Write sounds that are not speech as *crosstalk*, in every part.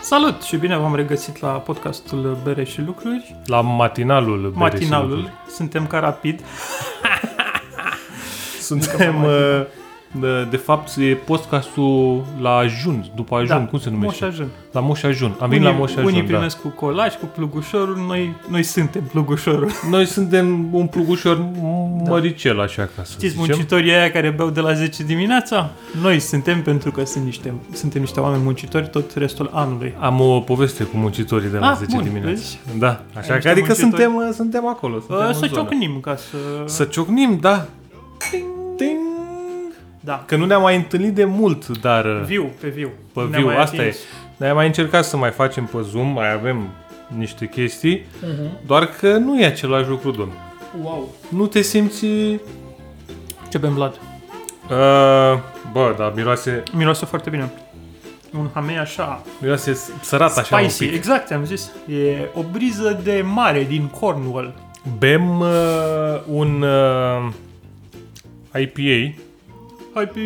Salut și bine v-am regăsit la podcastul Bere și Lucruri. La matinalul. Bere și Matinalul. lucruri. Suntem ca rapid. Suntem, uh, de- de fapt, e podcastul la ajun, după ajun, cum se numește? Da, Moș Ajun. La Moș Ajun. Am venit la Moș Ajun, Unii da. primesc cu colaj, cu plugușorul, noi, noi suntem plugușorul. Noi suntem un plugușor măricel, așa ca să Da. Știți, zicem. muncitorii aia care beau de la 10 dimineața? Noi suntem pentru că sunt niște, suntem niște oameni muncitori tot restul anului. Am o poveste cu muncitorii de la Ah, 10 bun, dimineața. Da, așa niște că adică muncitori. suntem, uh, suntem acolo, suntem Uh, în să zonă. ciocnim ca să... Să ciocnim, da. Ting. Da, Că nu ne-am mai întâlnit de mult, dar... uh, viu, pe viu. Pe Ne-am viu, mai asta e. atins. Noi am mai încercat să mai facem pe Zoom, mai avem niște chestii, Mhm. doar că nu e același lucru, domn. Wow. Nu te simți... Uh, Ce bem, Vlad? bă, dar miroase, Miroase foarte bine. Un hamei așa, miroase s- sărat așa un spicy, pic. exact, am zis. E o briză de mare din Cornwall. Bem uh, un uh, IPA, IPA.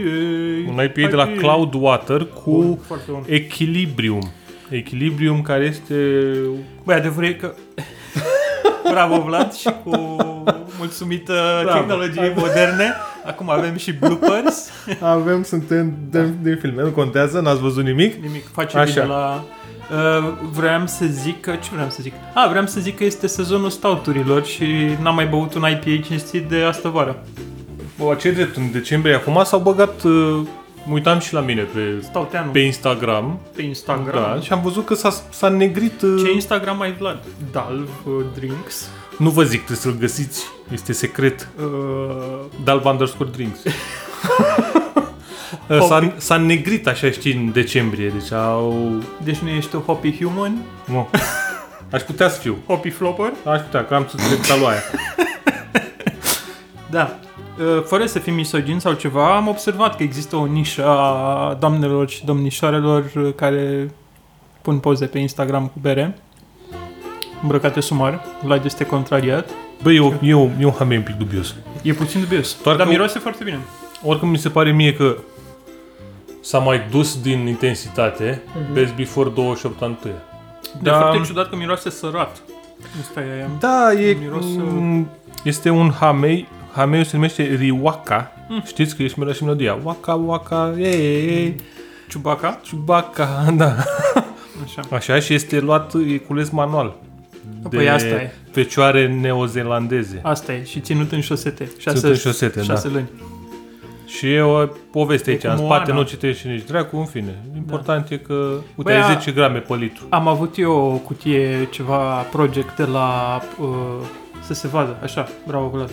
un IPA de la Cloudwater Bun, cu foarte bun. Equilibrium. Equilibrium care este... Băi, adevărul e că... *laughs* Bravo, Vlad, și cu mulțumită Bravo. tehnologiei moderne. Acum avem și bloopers. Avem, suntem de, de filme, nu contează, n-ați văzut nimic. Nimic, face Așa. Așa. la... Uh, vreau să zic că... Ce vreau să zic? Ah, vreau să zic că este sezonul stauturilor și n-am mai băut un IPA cinstit de asta vară. Bă, ce drept, în decembrie acum s-au băgat, uh, mă uitam și la mine pe, Stauteanul pe pe, Instagram, pe Instagram. da, și am văzut că s-a, s-a negrit, uh, Ce Instagram ai, Vlad? Dalv uh, Drinks. nu vă zic, trebuie să-l găsiți, este secret, Uh, Dalv underscore drinks. Uh, s-a, s-a negrit așa, știi, în decembrie, deci au... deci nu ești o hoppy human, Mă, aș putea să fiu, hoppy flopper. aș putea, că am să trec aia. Da. Uh, Fără să fim misogini sau ceva, am observat că există o nișă a doamnelor și domnișoarelor uh, care pun poze pe Instagram cu bere. Îmbrăcate sumar. Vlad este contrariat. Bă, e, o, e, o, e un hamei un pic dubios. E puțin dubios. Doar dar că- miroase foarte bine. Oricum mi se pare mie că s-a mai dus din intensitate uh-huh. Best Before 28 ani tăia. De Dar- fapt e ciudat că miroase sărat. Asta e... Da, e, Miros, uh, mm, este un hamei. Hameiul se numește Riwaka. Hmm. Știți că ești mereu și melodia. Waka, waka, e, e, e. Ciubaca. Chewbacca, *laughs* da. Așa. Așa și este luat, e cules manual. De Păi asta e. fecioare neozelandeze. Asta e. Și ținut în șosete. Șase, Ținut în șosete, da. șase luni. Și e o poveste Ah. E aici. cu În spate Moana. nu citești nici dracu, în fine. Important e că, uite, Da. Băi, ai a- 10 grame pe litru. Am avut eu o cutie, ceva project de la... Uh, să se vadă, așa, bravo Vlad.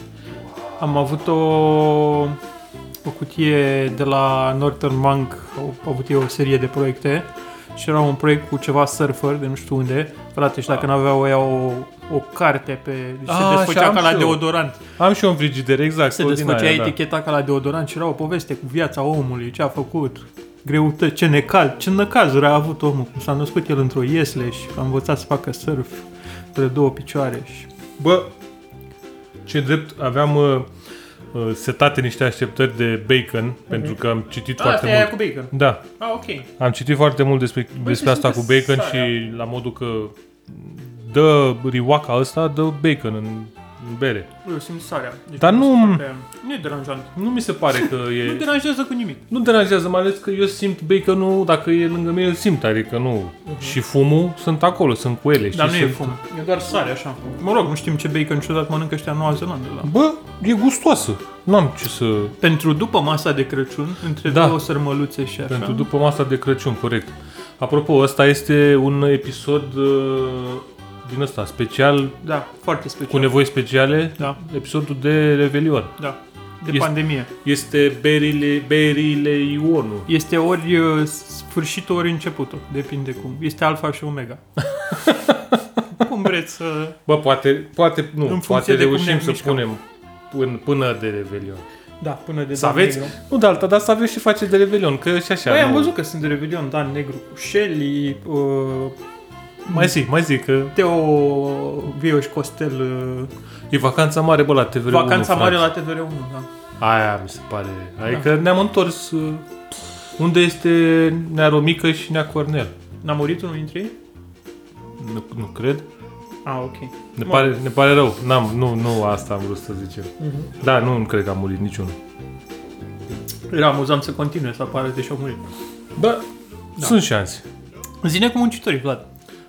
Am avut o, o cutie de la Northern Monk, au avut eu o serie de proiecte și era un proiect cu ceva surfer de nu știu unde. Frate, și dacă n-aveau ea o, o carte pe... Deci Ah, se desfăcea așa am ca la și eu. deodorant. Am și eu un frigider, exact. Se tot din desfăcea aia, da. eticheta ca la deodorant și era o poveste cu viața omului, ce a făcut, greutăți, ce necal, ce năcazuri a avut omul, cum s-a născut el într-o iesle și a învățat să facă surf pe două picioare și... Bă, ce drept, aveam uh, uh, setate niște așteptări de bacon, Mhm. pentru că am citit foarte mult. cu bacon. Da, Ah, ok. am citit foarte mult despre, despre se asta cu simte bacon sarea. și la modul că dă riwaka ăsta, dă bacon în, în bere. Eu simt sarea. Deci Dar nu- foarte- Nu e deranjant. Nu mi se pare că *laughs* Nu e... deranjează cu nimic. Nu deranjează, mai ales că eu simt baconul, dacă e lângă mine, îl simt, adică nu. Și fumul sunt acolo, sunt cu ele. Mhm. Dar nu știi, e sunt- fum. E doar sare, așa. Mă rog, nu știm ce bacon ciudat mănâncă ăștia în Noua Zeelandă, da. Bă, e gustoasă. N-am ce să... Pentru după masa de Crăciun, între Da. două sărmăluțe și așa. Pentru după masa de Crăciun, corect. Apropo, ăsta este un episod uh, din ăsta, special, Da, foarte cu special. nevoi speciale, Da, episodul de Revelion. da. De Este- pandemie. Este Berile, Berile Ionu. Este ori uh, sfârșitul, ori începutul. Depinde cum. Este alfa și *laughs* omega. cum vreți să... Bă, poate, poate nu, În funcție poate de cum reușim ne să mișcăm. punem până, până de Revelion. Da, până de Să aveți, nu de alta, dar să aveți și face de Revelion, că și așa. Băi, nu- Păi, am văzut că sunt de Revelion, Dan Negru cu Shelly, uh, Mai zic, mai zic că Teo Vioș Costel, uh, e vacanța mare, bă, la TV1. Vacanța frate. Mare la TVR1, da. Aia mi se pare. Adică ne-am întors uh, unde este Nea Romică și Nea Cornel. N-a murit unul dintre ei? Nu, nu cred. Ah, ok. Ne Mă pare, ne pare rău. N-am, nu, nu asta am vrut să zicem. Mhm. Da, nu, nu cred că a murit niciunul. Era amuzant să continue să apară deși au murit. Da, da. sunt șanse. Zine cu muncitorii, Vlad.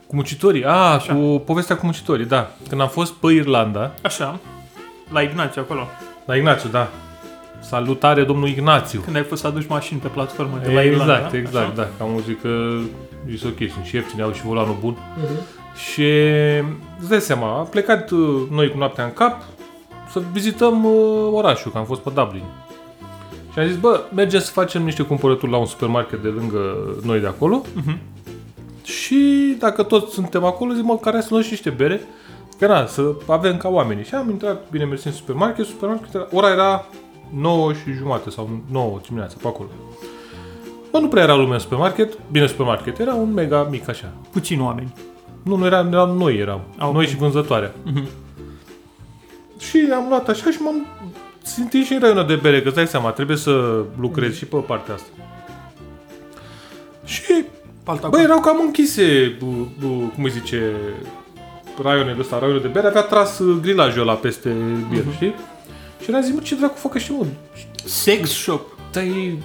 Cu mucitorii. A, Așa. cu povestea cu mucitorii, da. Când am fost pe Irlanda, Așa. La Ignațiu, acolo. la Ignațiu, da. Salutare, domnul Ignațiu. Când ai fost să aduci mașini pe platformă de E, la exact, Irlanda. da? exact, Așa? da. Că am auzit că e ok, sunt șefci, ne-au și volanul bun. Mhm. Și îți dai seama, am plecat uh, noi cu noaptea în cap să vizităm uh, orașul, că am fost pe Dublin. Și am zis, bă, mergem să facem niște cumpărături la un supermarket de lângă noi de acolo. Mhm. Și dacă toți suntem acolo, zic, mă, care să luăm și niște bere, că na, să avem ca oamenii. Și am intrat, bine mersi, în supermarket, supermarket, era- ora era 9 și jumate sau 9 dimineața, pe acolo. Bă, nu prea era lumea în supermarket, bine supermarket, era un mega mic așa, Puțini oameni. nu, nu eram, eram noi eram. Ah, ok. Noi și vânzătoarea. Mhm. Și am luat așa și m-am simțit și în raionul de bere, că îți dai seama, trebuie să lucrezi și pe partea asta. Și, Palta bă, erau cam închise, bu, bu, cum îi zice, raionul ăsta, raionul de bere, avea tras uh, grilajul ăla peste bier, Mhm. știi? Și era zis, mă, ce dracu fac ăștia, mă? Sex shop. Stai,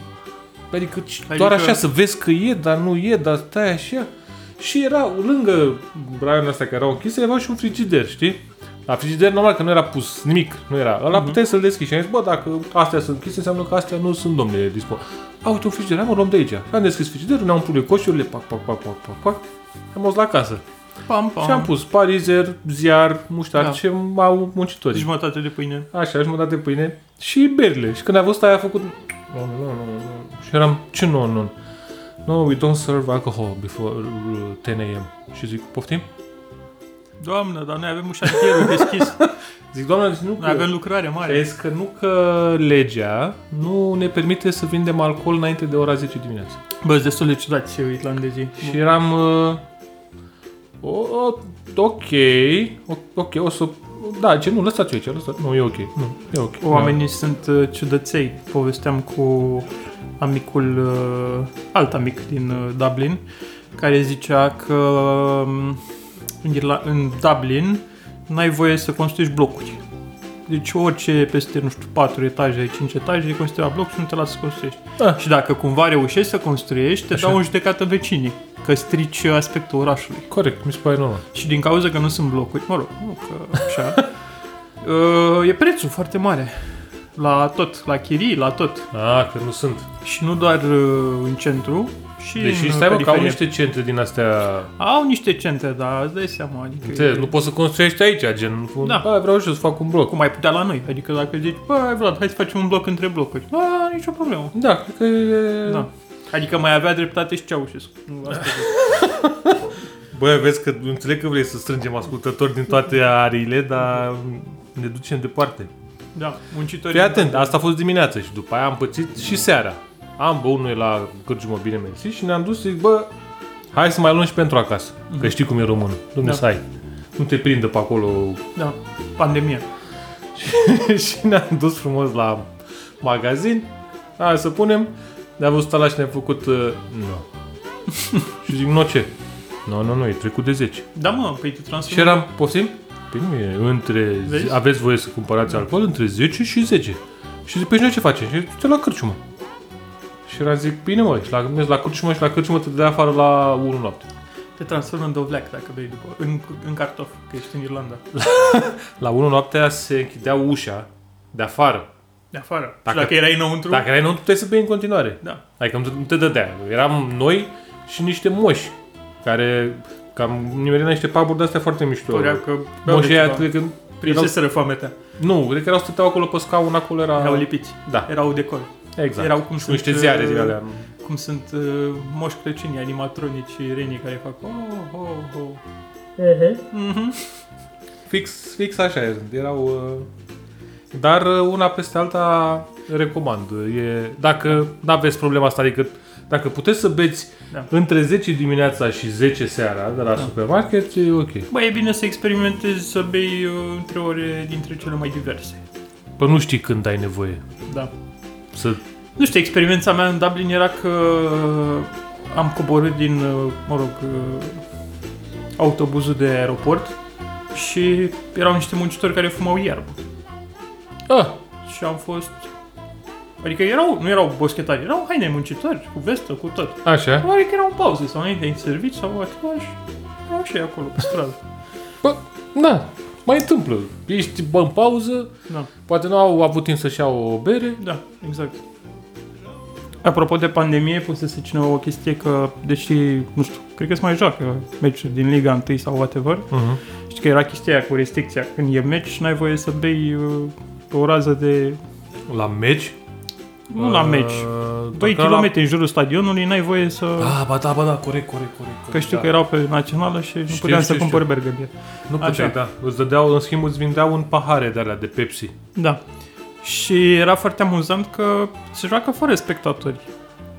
adică, ci- Adică- doar așa să vezi că e, dar nu e, dar stai așa. Și era lângă raionul ăsta care erau închise, era și un frigider, știi? La frigider normal că nu era pus nimic, nu era. Mhm. Ăla puteai să-l deschizi și am zis, bă, dacă astea sunt închise, înseamnă că astea nu sunt domnule dispo. A, uite un frigider, hai mă luăm de aici. Am deschis frigiderul, ne-am umplut de coșurile, pac, pac, pac, pac, pac, pac. Am mers la casă. Pam, pam. Și am pus parizer, ziar, muștar, Da. da. ce au muncitorii. Jumătate de pâine. Așa, jumătate de pâine și berile. Și când a văzut aia a făcut... Nu, nu, nu, nu. Și eram, ce nu, nu? No, we don't serve alcohol before uh, 10 a.m. Și zic, poftim? Doamnă, dar noi avem un șantierul deschis. Zic, doamna, zic, nu Noi avem că... lucrare mare. Crezi că nu că legea nu ne permite să vindem alcool înainte de ora 10 dimineața. Bă, sunt destul de ciudați eu irlandezii. Și eram... Uh, o, o, ok, o, ok, o să... Da, ce nu, lăsați-o aici, lăsați Nu, e ok, nu, e ok. Da. Oamenii sunt uh, ciudăței. Povesteam cu amicul, uh, alt amic din uh, Dublin, care zicea că um, în, Irla- în Dublin n-ai voie să construiești blocuri. Deci orice peste, nu știu, 4 etaje, 5 etaje, e considerat bloc și nu te lasă să construiești. Da. Și dacă cumva reușești să construiești, te Așa. dau în judecată vecinii, că strici uh, aspectul orașului. Da. Corect, mi se pare normal. Și din cauza că nu sunt blocuri, mă rog, nu că *laughs* așa, uh, e prețul foarte mare la tot, la chirii, la tot. Ah, că nu sunt. Și nu doar uh, în centru, și Deși în Deci stai mă, că au Hmm. periferie. niște centre din astea... Au niște centre, dar îți dai seama, adică Înțeles, e- nu poți să construiești aici, gen... Da. Da. Bă, vreau și eu să fac un bloc. cum ai putea la noi. Adică dacă zici, bă, Vlad, hai să facem un bloc între blocuri. Bă, nicio problemă. Da, cred că e... Da. Adică mai avea dreptate și Ceaușescu. Nu, Da. asta zic. Bă, vezi că înțeleg că vrei să strângem ascultători din toate ariile, dar ne ducem departe. da, muncitorii. Fii atent, asta a fost dimineața și după aia am pățit și seara. Am băut noi la Cârciumă, bine mersi, și ne-am dus zic, bă, hai să mai luăm și pentru acasă. Că știi cum e românul. Dom'le, Mhm. Da. să ai. Nu te prindă pe acolo Da, pandemie. *laughs* și ne-am dus frumos la magazin. Hai să punem. Ne-a văzut ăla și ne-a făcut... Uh, nu. și zic, nu ce? Nu, nu, nu, e trecut de 10. Da, mă, păi tu Și transformi. eram, poftim? Păi nu e, între... Vezi? Aveți voie să cumpărați alcool între 10 și 10. Și zic, păi și noi ce facem? Și te la cârciumă. Și era zic, bine mă, și la, mergi la cârciumă și la cârciumă te dai afară la 1 noapte. Te transformă în dovleac dacă bei după, în, în cartof, că ești în Irlanda. La 1 noaptea se închidea ușa de afară. De afară. Dacă, Dacă- și dacă erai înăuntru, Dacă erai înăuntru, puteai să bei în continuare. da. Adică nu te- nu te dădea. Eram noi și niște moși care cam nimerea niște puburi de-astea foarte mișto. Părea că Moșii aia, beau cred că... Erau, prinseseră foametea. nu, cred că erau stăteau acolo pe scaun, acolo era... Erau lipiți. Da, Erau decor. exact. Erau cum cu sunt, niște ziare din uh, alea. Cum sunt uh, moși Crăciuni, animatronici și renii care fac oh, oh, oh. Mhm. Fix, fix așa e, erau... uh, Dar uh, una peste alta recomand. E, dacă nu aveți problema asta, adică dacă puteți să beți Da. între 10 dimineața și 10 seara de la supermarket, e ok. Bă, e bine să experimentezi să bei uh, între ore dintre cele mai diverse. Păi nu știi când ai nevoie Da. să Nu știu, experiența mea în Dublin era că uh, am coborât din, uh, mă rog, uh, autobuzul de aeroport și erau niște muncitori care fumau iarbă. Ah, Și am fost... Adică erau, nu erau boschetari, erau haine muncitori, cu vestă, cu tot. așa. Probabil că erau în pauză sau înainte în servici sau așa și erau și ei acolo pe stradă. Bă, na, mai întâmplă. Ești bă, în pauză, Da, poate nu au avut timp să-și iau o bere. da, exact. Apropo de pandemie, pusese cineva o chestie că, deși, nu știu, cred că se mai joacă meci din Liga 1 sau whatever, Uh-huh. știi că era chestia aia cu restricția, când e meci, n-ai voie să bei uh, o rază de... La meci? Uh, Nu la meci, 2 km în jurul stadionului, n-ai voie să... Ah, ba da, ba da, corect, corect, corect. corect Că știu da. că erau pe națională și nu Știu, puteam știu, să cumpăr bergăbie. Nu puteai, Așa. da. Îți dădeau, în schimb, îți vindeau un pahare de alea de Pepsi. Da. Și era foarte amuzant că se joacă fără spectatori.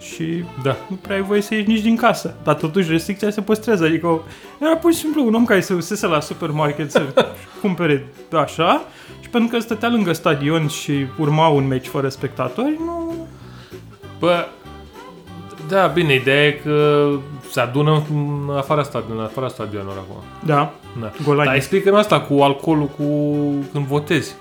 Și Da. nu prea ai voie să ieși nici din casă. Dar totuși restricția se păstrează. Adică era pur și simplu un om care se usese la supermarket *laughs* să cumpere așa și pentru că stătea lângă stadion și urma un meci fără spectatori, nu... Bă, da, bine, ideea e că se adună în afara stadionului, în afara stadionului acum. Da, Da. Dar golani. explică-mi asta cu alcoolul, cu când votezi.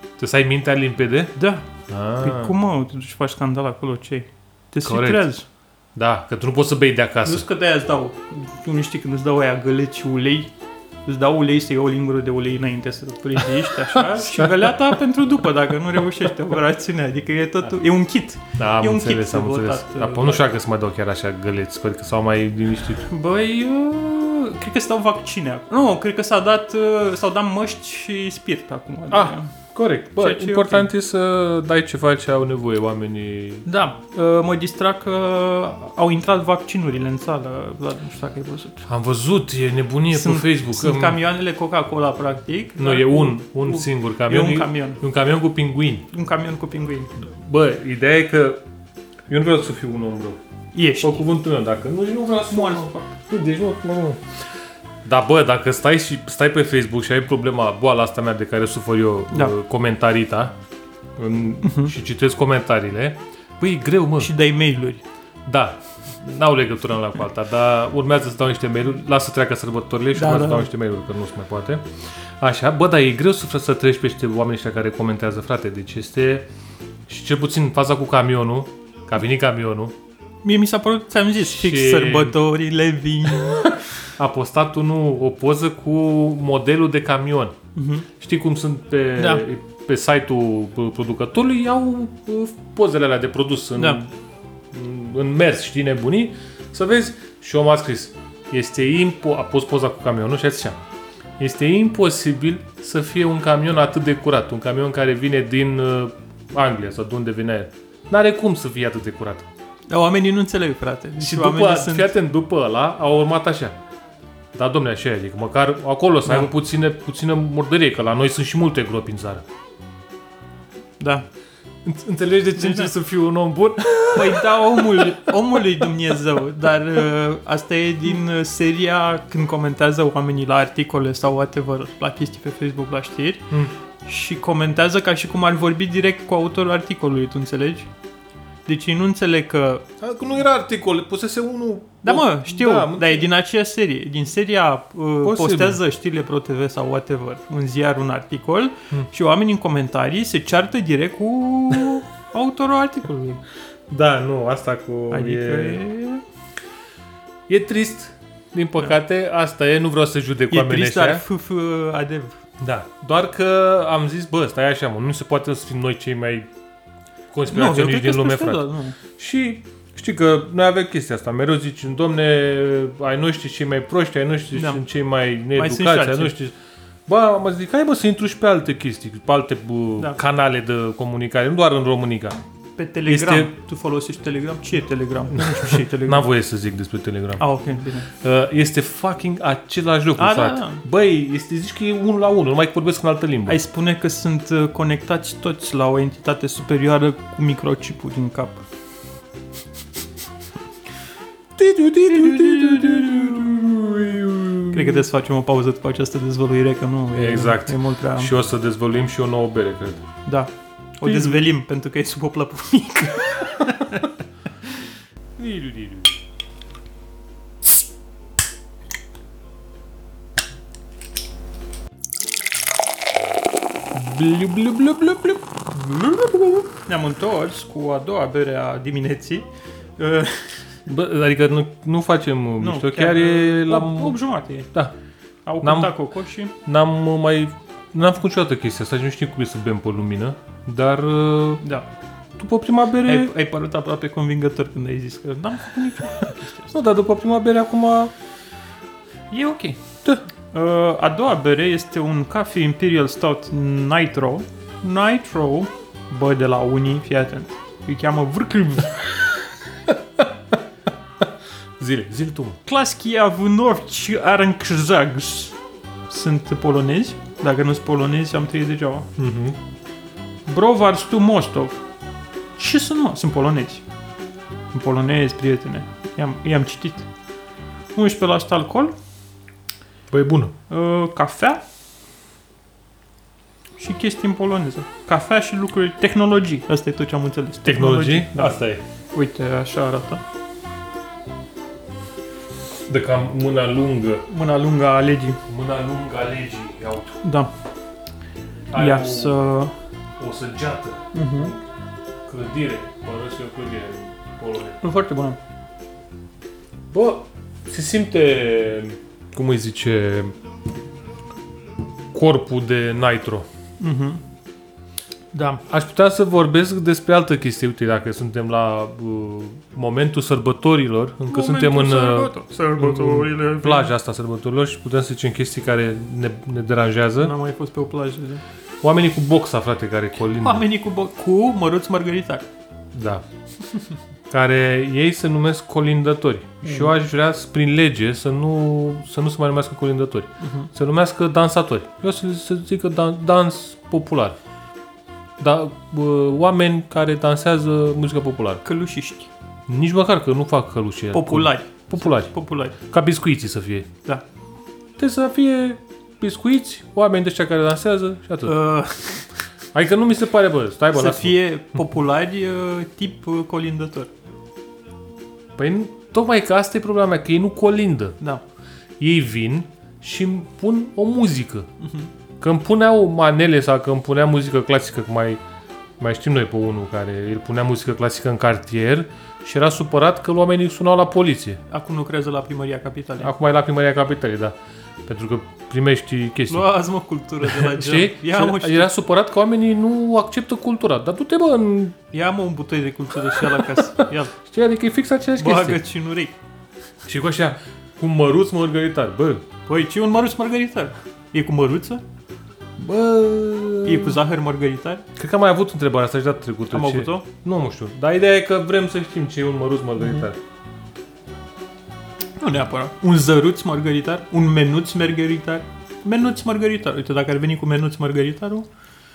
Trebuie să ai mintea limpede? Da, Ah, păi cum mă, tu și faci scandal acolo ce Te Corect. filtrează. Da, că tu nu poți să bei de Nu acasă. că de-aia îți dau, tu nu știi când îți dau aia găleți și ulei, îți dau ulei să iei o lingură de ulei înainte să prăjești *laughs* așa și găleata pentru după dacă nu reușești operațiunea, adică e totul, e un kit. Da, am E un înțeles, kit am de votat, înțeles. uh, Dar păi nu știu dacă să mai dau chiar așa găleți, sper că s-au mai liniștit. Băi, eu- cred că se dau vaccine acum. Nu, cred că s-a dat, uh, s-au dat măști și spirit acum. adică- Ah, corect. Ceea Bă, ce e important e să dai ceva ce au nevoie oamenii Da, uh, mă distra că au intrat vaccinurile în sală, Vlad, nu știu dacă ai văzut. Am văzut, e nebunie Sunt- pe Facebook. Sunt că- camioanele Coca-Cola, practic. Nu, dar e cu- un, un cu- singur camion. E un camion. E un camion cu pinguini. Un camion cu pinguini. Bă, ideea e că eu nu vreau să fiu un om rău. Ești. Pe cuvântul meu, dacă nu, nu vreau să fiu un Moal. om rău. Deci nu, nu, nu. Dar bă, dacă stai, și, stai pe Facebook și ai problema, boala asta mea de care sufăr eu, Da. Mhm. uh, comentarita, în, și citesc comentariile, păi e greu, mă. Și dai mail-uri. Da, n-au legătură una cu alta, dar urmează să dau niște mail-uri, las să treacă sărbătorile și Da, da, urmează da, să dau da. niște mail-uri, că nu se mai poate. Așa, bă, dar e greu să, să treci peste oamenii ăștia care comentează, frate, deci este... Și cel puțin faza cu camionul, că a venit camionul, Mie mi s-a părut, ți-am zis, fix Și- sărbătorile *laughs* vin. a postat unul o poză cu modelul de camion. Mhm. Știi cum sunt pe, Da. pe site-ul uh, producătorului, au uh, pozele alea de produs în, Da. în, în mers, știi, nebunii, să vezi. Și omul a scris, este impo- a pus poza cu camionul și a zis așa, este imposibil să fie un camion atât de curat, un camion care vine din uh, Anglia sau de unde vine el. N-are cum să fie atât de curat. Dar oamenii nu înțeleg, frate. Deci Și oamenii după, sunt... fii atent, după ăla a urmat așa. Da, domne, așa e, adică măcar acolo să Da. da. ai puține, puțină murdărie, că la noi sunt și multe gropi în țară. Da. Înț- Înțelegi de ce încerc să fiu un om *laughs* bun? Păi da, omul, omul lui Dumnezeu, dar uh, asta e din uh, seria când comentează oamenii la articole sau whatever, la chestii pe Facebook, la știri, Mm. și comentează ca și cum ar vorbi direct cu autorul articolului, tu înțelegi? Deci ei nu înțeleg că... Adică Nu era articol, pusese unul... Da mă, știu, Da, da, mă- dar e din aceeași serie. Din seria uh, postează știrile Pro TV sau whatever, un ziar, un articol, mm. și oamenii în comentarii se ceartă direct *laughs* cu autorul articolului. Da, nu, asta cu... Adică e... e... e trist, din păcate, asta e, nu vreau să judec E oamenii trist, ăștia. dar f, f, adev. Da, doar că am zis, bă, stai așa, mă, nu se poate să fim noi cei mai conspiraționiști Da, din lume, frate. nu. Și știi că noi avem chestia asta, mereu zici, domne, ai noștri cei mai proști, ai noștri Da. da. cei mai sunt și needucați, ai alții. noștri... Ba, mă zic, hai bă să intru și pe alte chestii, pe alte bă, Da. da. canale de comunicare, nu doar în Românica. Pe Telegram. Este- Tu folosești Telegram? Ce e Telegram? Nu știu *laughs* ce e Telegram. N-am voie să zic despre Telegram. Ah, ok, bine. Uh, Este fucking același lucru, A, da, frate. da. Băi, este, zici că e unul la unul, numai că vorbesc în altă limbă. Ai spune că sunt uh, conectați toți la o entitate superioară cu microchipuri în cap. Cred că trebuie să facem o pauză după această dezvăluire, că nu e, Exact. e mult prea... Și Păi- o să dezvăluim și o nouă bere, cred. *laughs* Da. O dezvelim pentru că e sub o plăpă mică. Diliu, diliu. Blu, blu, blu, blu, blu, blu, blu. Ne-am întors cu a doua bere a dimineții. Uh, Bă, adică nu, nu facem nu, mișto, chiar, chiar uh, e la... opt- opt jumate. e. Da, Au N-am- cântat cocoșii. n-am uh, mai... N-am făcut niciodată chestia asta și nu știu cum e să bem pe lumină, dar uh, Da. după prima bere... Ai, ai părut aproape convingător când ai zis că da, n-am făcut nicio chestie asta. Nu, dar după prima bere acum... E ok. Uh, a doua bere este un Coffee Imperial Stout Nitro. Nitro, bă, de la unii, fii atent. Îi cheamă Vrcliv. Zile, zile tu, mă. Klaschia Vnorci Arankzags. Sunt polonezi. Dacă nu sunt polonezi, am trăit degeaba. Mm-hmm. Brovar Stu Mostov. Ce sunt, mă? Sunt polonezi. Sunt polonezi, prietene. I-am, i-am citit. 11% alcool, Băi, Păi, bună. uh, cafea și chestii în poloneză. Cafea și lucruri, tehnologii. Asta e tot ce am înțeles. Tehnologii? Da. Asta e. Uite, așa arată. De cam mâna lungă. Mâna lungă a legii. Mâna lungă a legii. Ia uite. Da. Ai Ia o, să... o săgeată. Mhm. Uh-huh. Clădire. Părăsi o clădire. Polone. E foarte bună. Bă, se simte... Cum îi zice... Corpul de nitro. Uh-huh. Da. Aș putea să vorbesc despre altă chestie. Uite, dacă suntem la uh, momentul sărbătorilor, încă suntem în... uh, Sărbătorile. plaja asta a sărbătorilor și putem să zicem chestii care ne, ne deranjează. N-am mai fost pe o plajă. de- Mm. Oamenii cu boxa, frate, care colindă. Oamenii cu, bo- cu măruți margăritar. Da. Care ei se numesc colindători. Mm. Și eu aș vrea, să- prin lege, să nu, să nu se mai numească colindători. Mhm. Se numească dansatori. Eu să, să zică dan, dans popular. Da, bă, oameni care dansează muzică populară. Călușiști. Nici măcar că nu fac călușe. Populari. Populari. Populari. Ca biscuiții să fie. Da. Trebuie să fie biscuiți, oameni de ăștia care dansează și atât. Uh, Adică nu mi se pare, bă, stai bă, să lasă-mă. fie populari uh, tip uh, colindător. Păi nu- tocmai că asta e problema mea, că ei nu colindă. Da. Ei vin și îmi pun o muzică. Că îmi puneau manele sau că îmi punea muzică clasică, cum mai, mai știm noi pe unul care îl punea muzică clasică în cartier și era supărat că oamenii sunau la poliție. Acum lucrează la primăria capitalei. Acum e la primăria capitalei, da. Pentru că primești chestii. Luați mă cultură de *laughs* la Știi? gel. da. Ia mă, Și era supărat că oamenii nu acceptă cultura. Dar du-te, bă, în... ia mă un butoi de cultură și ia la *laughs* casă. Ia Știi? Adică e fix aceeași bagă chestie. și un urei. Și cu așa, cu măruț mărgăritar. Bă, Păi ce e un măruț margăritar? E cu măruță? bă... E cu zahăr margăritar? Cred că am mai avut întrebarea asta și data trecută. Am ce... avut-o? Nu, nu știu. Dar ideea e că vrem să știm ce e un măruț mărgăritar. Mhm. Mm-hmm. Nu neapărat. Un zăruț margaritar? Un menuț margaritar? Menuț margaritar. Uite, dacă ar veni cu menuț margaritarul,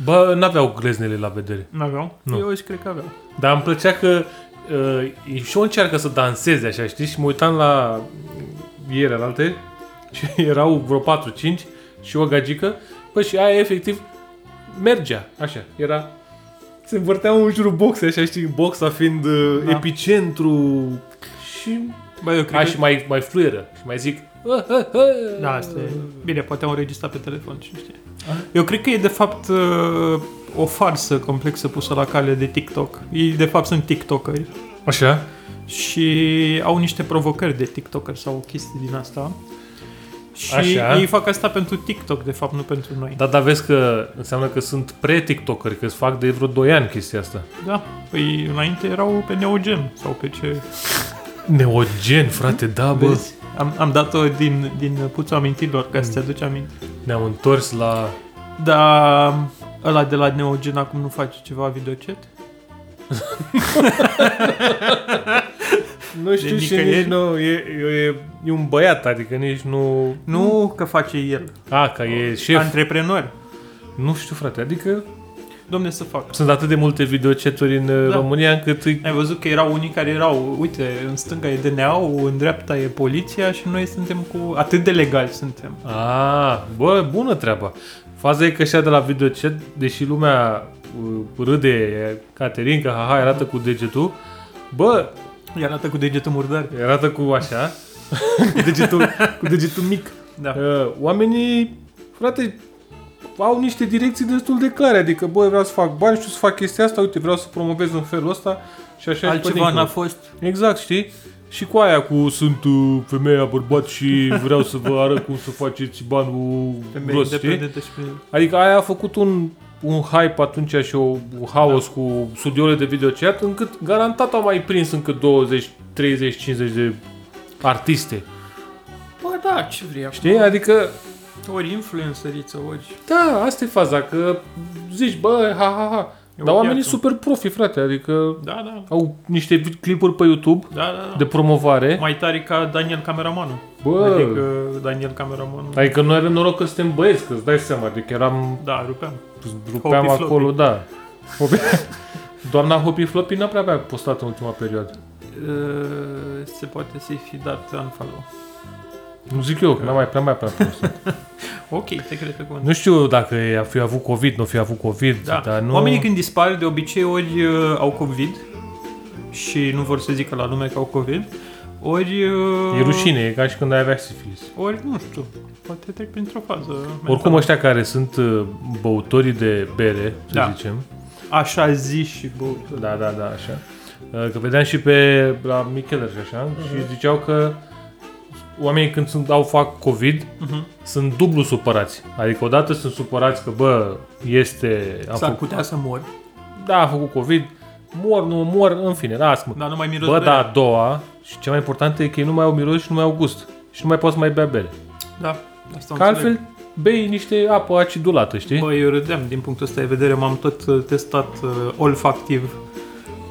Bă, n-aveau gleznele la vedere. n-aveau. Nu. Eu își cred că aveau. Dar îmi plăcea că uh, și eu încearcă să danseze așa, știi? Și mă uitam la ieri alte *laughs* și erau vreo 4-5 și o gagică. Bă, și aia efectiv mergea, așa, era... Se învârteau în jurul boxei, așa, știi, boxa fiind uh, Da. epicentru și... Bă, eu cred A, că... și mai, mai fluieră și mai zic... "Ah, ah, ah." Da, asta e. Bine, poate au înregistrat pe telefon, cine știe. Eu cred că e de fapt uh, o farsă complexă pusă la cale de TikTok. Ei de fapt sunt TikTokeri Așa? și au niște provocări de TikToker sau chestii din asta. Și Așa. ei fac asta pentru TikTok, de fapt, nu pentru noi. Da, dar vezi că înseamnă că sunt pre-tiktokeri, că îți fac de vreo 2 ani chestia asta. Da, păi înainte erau pe Neogen sau pe ce Neogen, frate, da, bă. Vezi? Am, am dat-o din, din puțul amintirilor, ca să te aduci aminte. Ne-am întors la... Dar ăla de la Neogen acum nu face ceva videocet? Nu știu și nici nu, e, e, e, un băiat, adică nici nu... Nu că face el, A, că e șef. antreprenor. Nu știu, frate, adică Domne să fac. sunt atât de multe videoceturi în da. România încât... îi- Ai văzut că erau unii care erau, uite, în stânga e DNA-ul, în dreapta e poliția și noi suntem cu... Atât de legali suntem. A, bă, bună treaba. Faza e că și de la videocet, deși lumea uh, râde, Caterinca, haha, arată cu degetul, bă, Îi arată cu degetul murdar. Arată cu așa, cu degetul, cu degetul mic. Da. Uh, Oamenii, frate, au niște direcții destul de clare. Adică, băi, vreau să fac bani, știu să fac chestia asta, uite, vreau să promovez în felul ăsta și așa și pe Altceva dincolo. n-a fost. Exact, știi? Și cu aia cu sunt uh, femeia bărbat și vreau să vă arăt cum să faceți banul Femeie gros, știi? independentă și prin... Adică aia a făcut un, un hype atunci și o un haos da. cu studiourile de videochat, încât garantat au mai prins încă 20, 30, 50 de artiste. Bă, da, ce vrei acum? Știi? Adică, Ori influenceriță, ori... da, asta e faza, că zici, bă, ha, ha, ha. E Dar o oamenii viață. super profi, frate, adică Da, da, au niște vi- clipuri pe YouTube da, da. da. de promovare. Mai tare ca Daniel Cameramanul. Bă, Adică Daniel Cameramanul... Da, Adică noi avem noroc că suntem băieți, că îți dai seama, adică eram, da rupeam. rupeam Hopi acolo, da. Hopi... *laughs* Doamna Hopi Floppy n-a prea avea postat în ultima perioadă. Uh, se poate să-i fi dat unfollow. Nu zic eu, că n-a mai prea, mai prea *laughs* postat. Ok, te cred pe cuvânt. nu știu dacă a fi avut COVID, nu fi avut COVID, Da. dar nu... Oamenii când dispar, de obicei ori uh, au COVID și nu vor să zică la lume că au COVID, ori... Uh, E rușine, e ca și când ai avea sifilis. Ori, nu știu, poate trec printr-o fază. mentală. Oricum ăștia care sunt uh, băutorii de bere, să Da. zicem, Așa zi și bă. Da, da, da, așa. Că vedeam și pe la Micheler și așa, Mhm. uh-huh. și ziceau că oamenii când sunt, au fac COVID, uh-huh. sunt dublu supărați. Adică odată sunt supărați că, bă, este... Am S-ar făcut, putea să mor, da, a făcut COVID, mor, nu mor, în fine, las mă. Da, dar nu mai miros bă, bere. da, a doua, și cea mai importantă e că ei nu mai au miros și nu mai au gust. Și nu mai poți să mai bea bere. Da, asta Că înțeleg. altfel bei niște apă acidulată, știi? Bă, eu râdeam din punctul ăsta de vedere, m-am tot uh, testat uh, olfactiv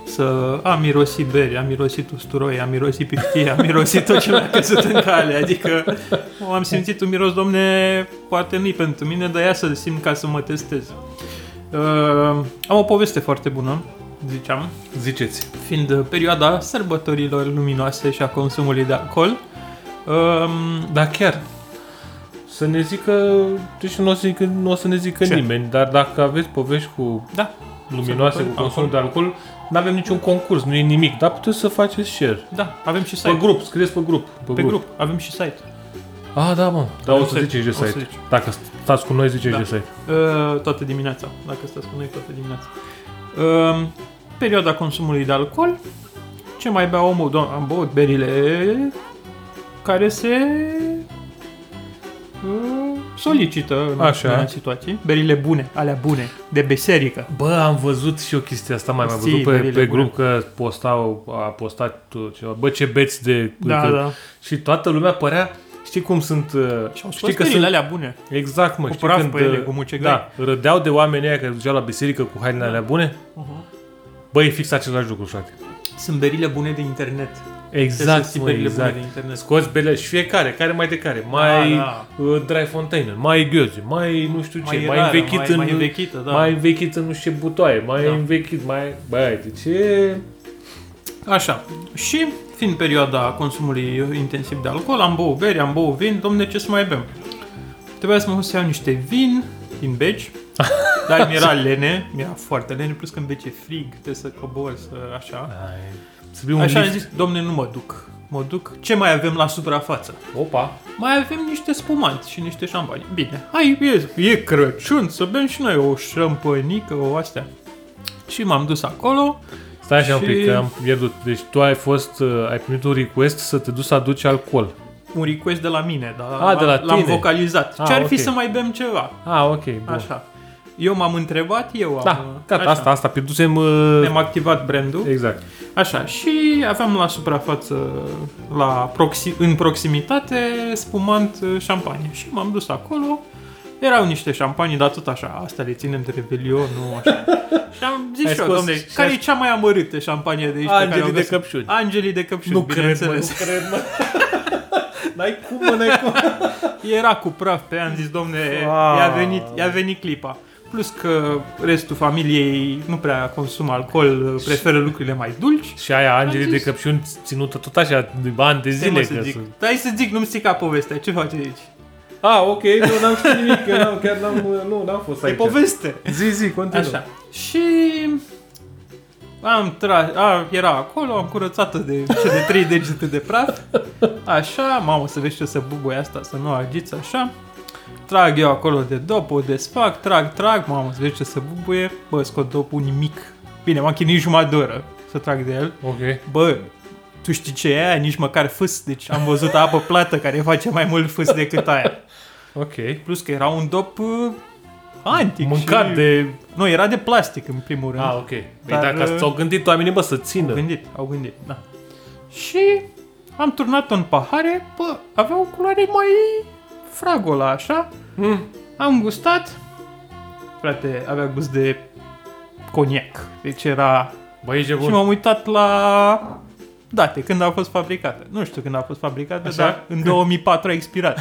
să am mirosit beri, am mirosit usturoi, am mirosit piftie, am mirosit tot ce mi-a căzut în cale, adică am simțit un miros, domne, poate nu-i pentru mine, dar ia să-l simt ca să mă testez. Uh, am o poveste foarte bună, ziceam, Ziceți. fiind perioada sărbătorilor luminoase și a consumului de alcool. Um, Da, chiar. Să ne zică, deci nu o să, zică, nu o să ne zică Ce? nimeni, dar dacă aveți povești cu da, luminoase, cu Sărbători, consumul de alcool, nu avem niciun concurs, nu e nimic, dar puteți să faceți share. da, avem și site. Pe grup, scrieți pe grup. Pe, Pe grup, avem și site. Ah, da, mă. Dar Avem o să site, ziceți de o să site. zici. Dacă stați cu noi, ziceți Da. de site. Uh, toată dimineața, dacă stați cu noi toată dimineața. Uh, perioada consumului de alcool. Ce mai bea omul? Doamne, am băut berile care se uh, solicită în Așa. asemenea situații. Berile bune, alea bune, de biserică. Bă, am văzut și eu chestia asta, mai am Zi, văzut pe, Dorile, pe bună. grup că postau, a postat uh, ceva, bă, ce beți de... Da, că- da. Și toată lumea părea, știi cum sunt... uh, Și au scos știi că berile sunt alea bune. Exact, mă, Cu știi praf când... pe ele, uh, cu mucegăi. Da. Da, rădeau de oamenii aia care duceau la biserică cu hainele alea bune. Uh-huh. Băi, e fix același lucru, frate. Sunt berile bune de internet. Exact, sunt mă, berile exact. bune de internet. Scoți bele și fiecare, care mai de care, mai da. uh, Dry Fontaine, mai Gheozi, mai nu știu ce, mai, rară, învechit mai, în... mai învechită, da. mai învechit în nu știu ce butoaie, mai Da. învechit, mai... Băi, de ce... Așa. Și fiind perioada consumului intensiv de alcool, am băut beri, am băut vin, domne, ce să mai bem? Trebuia să mă să iau niște vin din beci, dar mi-era lene, mi-era foarte lene, plus că în beci e frig, trebuie să cobor, să așa. Ai, Să fii un Așa am lift. zis, domne, nu mă duc. Mă duc, ce mai avem la suprafață? Opa. Mai avem niște spumanți și niște șampani. Bine, hai, e, e Crăciun, să bem și noi o șampănică, o astea. Și m-am dus acolo, Stai așa un Și- pic, că am pierdut. Deci tu ai fost, uh, ai primit un request să te duci să aduci alcool. un request de la mine, dar A, Ah, de la l-am tine. vocalizat. A, Ce ar ok. fi să mai bem ceva? Ah, ok, bun. Așa. Eu m-am întrebat, eu am... uh, Da, gata, așa. asta, asta, pierdusem... Uh, Ne-am activat brandul. Exact. Așa, și aveam la suprafață, la proxi- în proximitate, spumant uh, șampanie. Și m-am dus acolo, erau niște șampanii, dar tot așa, asta le ținem de Revelion, nu *laughs* așa. Și am zis Ai și eu, scos- domne, și care ai- e cea mai amărâtă șampanie de aici? pe Angelii care o de găsim? căpșuni. Angelii de căpșuni, bineînțeles. Ah, cred, *laughs* mă. n-ai cum, mă, n-ai cum. Era cu praf pe ea, am zis, domne, Wow. i-a venit, i-a venit clipa. Plus că restul familiei nu prea consumă alcohol, preferă lucrurile mai dulci. Și aia, Angelii Am de zis- Căpșuni, ținută tot așa, de ani de Stai mă zile. să că zic. sunt- Dar hai să zic, nu-mi strica povestea, ce faci aici? Ah, ok, nu, n-am știut nimic, că n-am, chiar Păi n-am, nu, n-am fost E aici. poveste! Zi, zi, continuă. Așa. Și Am tra- a, era acolo, am curățat-o de, ce de trei degete de praf. Așa, mamă, să vezi ce să bubuie asta, să nu o agiți așa. Trag eu acolo de dop, o desfac, trag, trag, mamă, să vezi ce să bubuie. Bă, scot dopul nimic. Bine, m-am chinuit jumătate de oră să trag de el. Ok. Bă, tu știi ce e aia? Nici măcar fâs. Deci am văzut apă plată care face mai mult fâs decât aia. Ok. Plus că era un dop uh, antic. Mâncat și... de... Nu, era de plastic în primul rând. Ah, ok. Păi Dar, dacă uh, s-au gândit oamenii, bă, să țină. Au gândit, au gândit, da. Și am turnat-o în pahare, bă, avea o culoare mai fragola, așa. Mm. Am gustat, frate, avea gust de coniac. Deci era... Bă, ești Și nebun. m-am uitat la date, când a fost fabricată. Nu știu când a fost fabricată, Așa? dar în 2004 a expirat.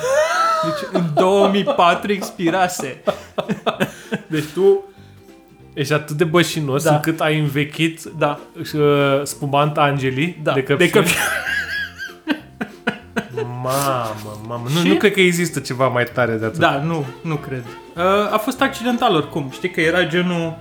Deci în 2004 expirase. Deci tu ești atât de bășinos Da. încât ai învechit Da, uh, spumant Angelii da. de căpșuni. De căpșuni. Mamă, mamă. Nu, Și- nu cred că există ceva mai tare de atât. Da, nu, nu cred. Uh, A fost accidental oricum, știi că era genul...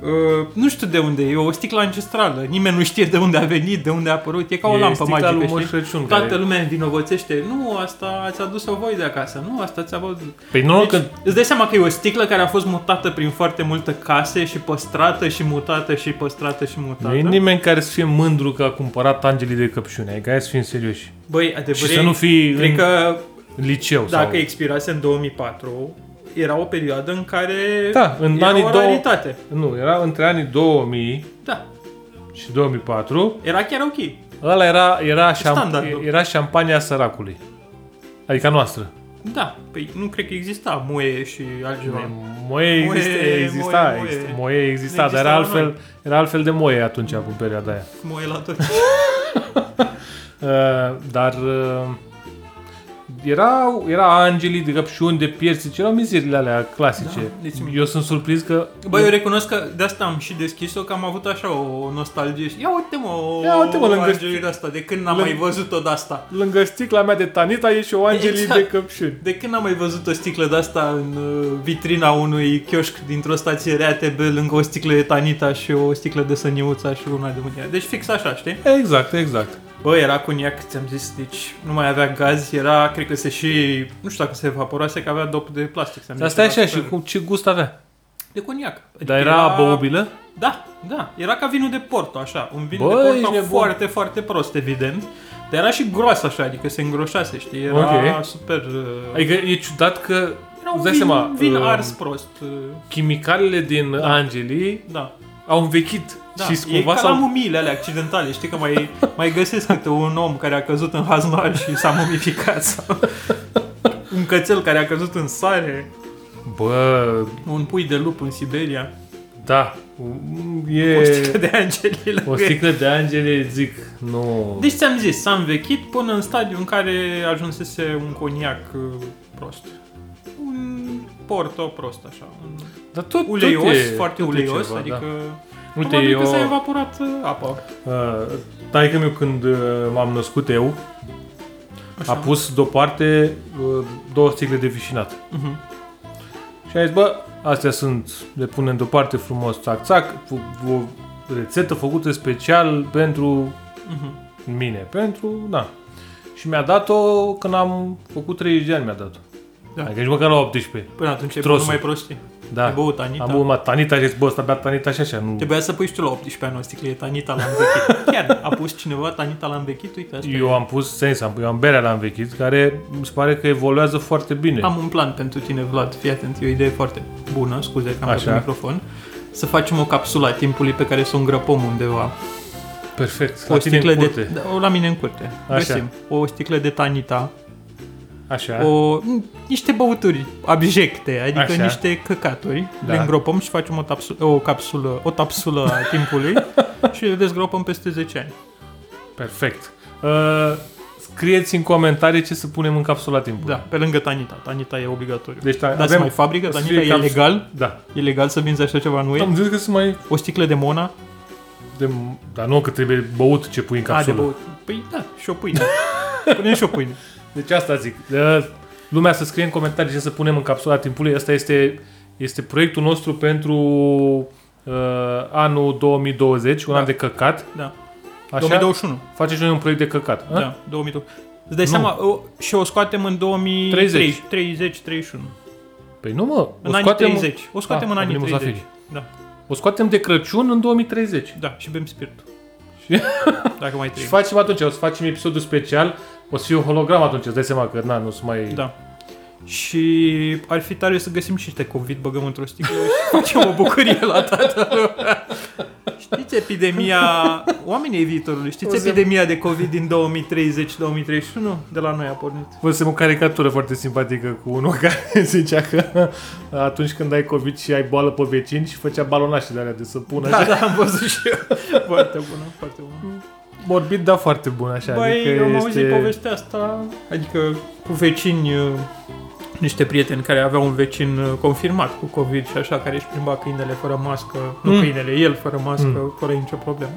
Uh, nu știu de unde e, o sticlă ancestrală, nimeni nu știe de unde a venit, de unde a apărut, e ca o E lampă sticla lui magică, Moș știi? Crăciun Toată care- lumea învinovățește, nu, asta ați adus-o voi de acasă, nu, asta ți-a văzut. Păi nu, Deci, că... Îți dai seama că e o sticlă care a fost mutată prin foarte multe case și păstrată și mutată și păstrată și Nu e mutată. nimeni care să fie mândru că a cumpărat Angelii de căpșune. Adică hai să fim serioși. Băi, adevărat, și să nu fii cred în că liceu dacă sau... expirase în 2004, era o perioadă în care Da, în era anii o două- raritate. Nu, era între anii 2000 Da, și 2004. Era chiar ok. Ăla era, era, șamp- Standardul. era șampania săracului. Adică a noastră. Da, păi nu cred că exista moe și altceva. Moe exista, Moe, exista, moe, exista, moe. moe exista, dar exista era la altfel, noi. era altfel de moe atunci, în perioada aia. Moe la tot. Uh, dar uh, erau, era angelii de căpșuni, de piersici, erau mizerile alea clasice. Da, deci- eu sunt surprins că... Bă, eu recunosc că de asta am și deschis-o, că am avut așa o nostalgie. și Ia uite mă, o Ia uite, mă, lângă- Angelina asta, de când n-am lângă- mai văzut-o de asta. lângă sticla mea de tanita e și o angelii Exact. de căpșuni. De când n-am mai văzut o sticlă de asta în uh, vitrina unui chioșc dintr-o stație RATB lângă o sticlă de Tanita și o sticlă de Săniuța și una de mânia. Deci fix așa, știi? Exact, exact. Bă, era coniac, ți-am zis, deci nu mai avea gaz, era, cred că se și, nu știu dacă se evaporase, că avea dop de plastic. ți-am Dar zis, stai era așa și super- cum, ce gust avea? De coniac. Adică Dar era băubilă? Da, da. Era ca vinul de Porto, așa. Un vin Bă, de ești Porto nebun. foarte, foarte prost, evident. Dar era și gros așa, adică se îngroșase, știi? Era Ok. super... Uh, Adică e ciudat că, era îți un dai vin, seama, vin uh, ars prost. uh, chimicalele din angelii Da. au învechit Da, și e cumva ca la s-au... mumiile alea accidentale, știi că mai, mai găsesc câte un om care a căzut în haznar și s-a mumificat sau un cățel care a căzut în sare, Bă, un pui de lup în Siberia, da, e... o sticlă de angelii lângă O el. sticlă de angele, zic, nu... Deci ți-am zis, s-a învechit până în stadiul în care ajunsese un coniac uh, prost. Un porto prost, așa. Un Dar tot, uleios, tot e, foarte tot e uleios, ceva, adică... Da. Uite, probabil eu, că s-a evaporat uh, apa. tai că meu când uh, m-am născut eu, Așa. a pus deoparte uh, două sticle de vișinat. Uh-huh. Și a zis, bă, astea sunt, le punem deoparte frumos, țac, țac, f- o rețetă făcută special pentru Uh-huh. mine, pentru, da. Și mi-a dat-o când am făcut 30 de ani, mi-a dat-o. Da. Adică nici măcar la 18. Până atunci ai Trosul. băut numai prostii. Da. Ai băut Anita. Am băut mă, Tanita și a zis, bă, ăsta bea Tanita și așa, nu... Trebuia să pui și tu la 18 ani o sticlie Tanita la *laughs* învechit. Chiar a pus cineva Tanita la învechit, uite asta. Eu am pus sens, am, eu am berea la învechit, care mi se pare că evoluează foarte bine. Am un plan pentru tine, Vlad, fii atent, e o idee foarte bună, scuze că am Așa. dat microfon. Să facem o capsula a timpului pe care să o îngrăpăm undeva. Perfect. O sticlă de... curte. Da, o la mine în curte. Așa. Găsim. O sticlă de tanita, Așa. O... o, niște băuturi abjecte, adică Da. Așa. niște căcaturi. Da. Le îngropăm și facem o, tapsu- o capsulă, o tapsulă a *laughs* timpului și le dezgropăm peste 10 ani. Perfect. Uh, scrieți în comentarii ce să punem în capsula timpului. Da, pe lângă tanita. Tanita e obligatoriu. Deci ta- Dați avem- Da, mai fabrică, să tanita fie e capsul- legal? Da. E legal să vinzi așa ceva în UE? Am zis că sunt mai... O sticlă de mona? De... Dar nu că trebuie băut ce pui în A, de capsulă. băut. Păi da, și o *laughs* pâine. Punem și o pâine. deci asta zic. Uh, lumea să scrie în comentarii ce să punem în capsula timpului. Asta este, este proiectul nostru pentru uh, anul 2020, un Da. an de căcat. Da. Așa? 2021. Faceți noi un proiect de căcat. a? Da, 2002. Îți dai Nu. seama, o, și o scoatem în 2030, 30. 30, 31. Păi nu mă, În o anii scoatem, 30. O scoatem Ah, în anii am venit 30. musafiri. Da, o scoatem de Crăciun în 2030. da, și bem spiritul. Și- Dacă *laughs* mai trăim. Și Deci facem atunci, o să facem episodul special, o să fie un hologram atunci, îți dai seama că na, nu sunt mai... Da. Și ar fi tare să găsim și niște COVID, băgăm într-o sticlă *laughs* și facem o bucurie la tatăl meu. Știți epidemia, oamenii ai viitorului, știți O să- epidemia de COVID din 2030-2031? De la noi a pornit. Văzusem o caricatură foarte simpatică cu unul *laughs* care zicea că atunci când ai COVID și ai boală pe vecini și făcea balonașe de alea de să pună Da, așa. da, am văzut și eu. Foarte bună, foarte bună. Morbid, dar foarte bun așa. Băi, adică eu am este... auzit povestea asta, adică cu vecini, uh, niște prieteni care aveau un vecin uh, confirmat cu COVID și așa, care își plimba câinele fără mască, nu Mm. câinele, el fără mască, Mm. fără nicio problemă.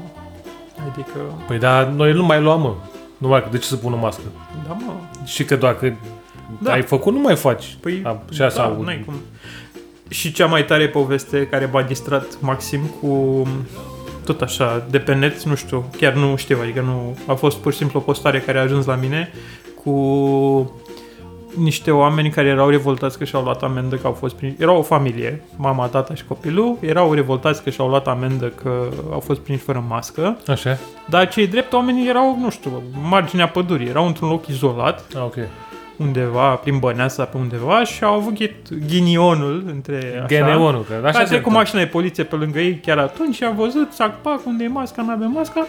Adică, Păi da, noi nu mai luam, mă. Numai că de ce să pună mască? da mă, Și că dacă Da. da. ai făcut, nu mai faci. păi, A, și da, asta au- n-ai cum. Și cea mai tare poveste care m-a distrat maxim cu tot așa, de pe net, nu știu, chiar nu știu, adică nu, a fost pur și simplu o postare care a ajuns la mine cu niște oameni care erau revoltați că și-au luat amendă că au fost prinși. Era o familie, mama, tata și copilul, erau revoltați că și-au luat amendă că au fost prinși fără mască, Așa? dar cei drept oamenii erau, nu știu, marginea pădurii, erau într-un loc izolat, Ah, ok. undeva, prin Băneasa, pe undeva și au avut ghit- ghinionul între așa. Geneonul, că Așa așa se a trecut întâmplă. mașina de poliție pe lângă ei chiar atunci și a văzut, sac, pac, unde e masca, nu avem masca.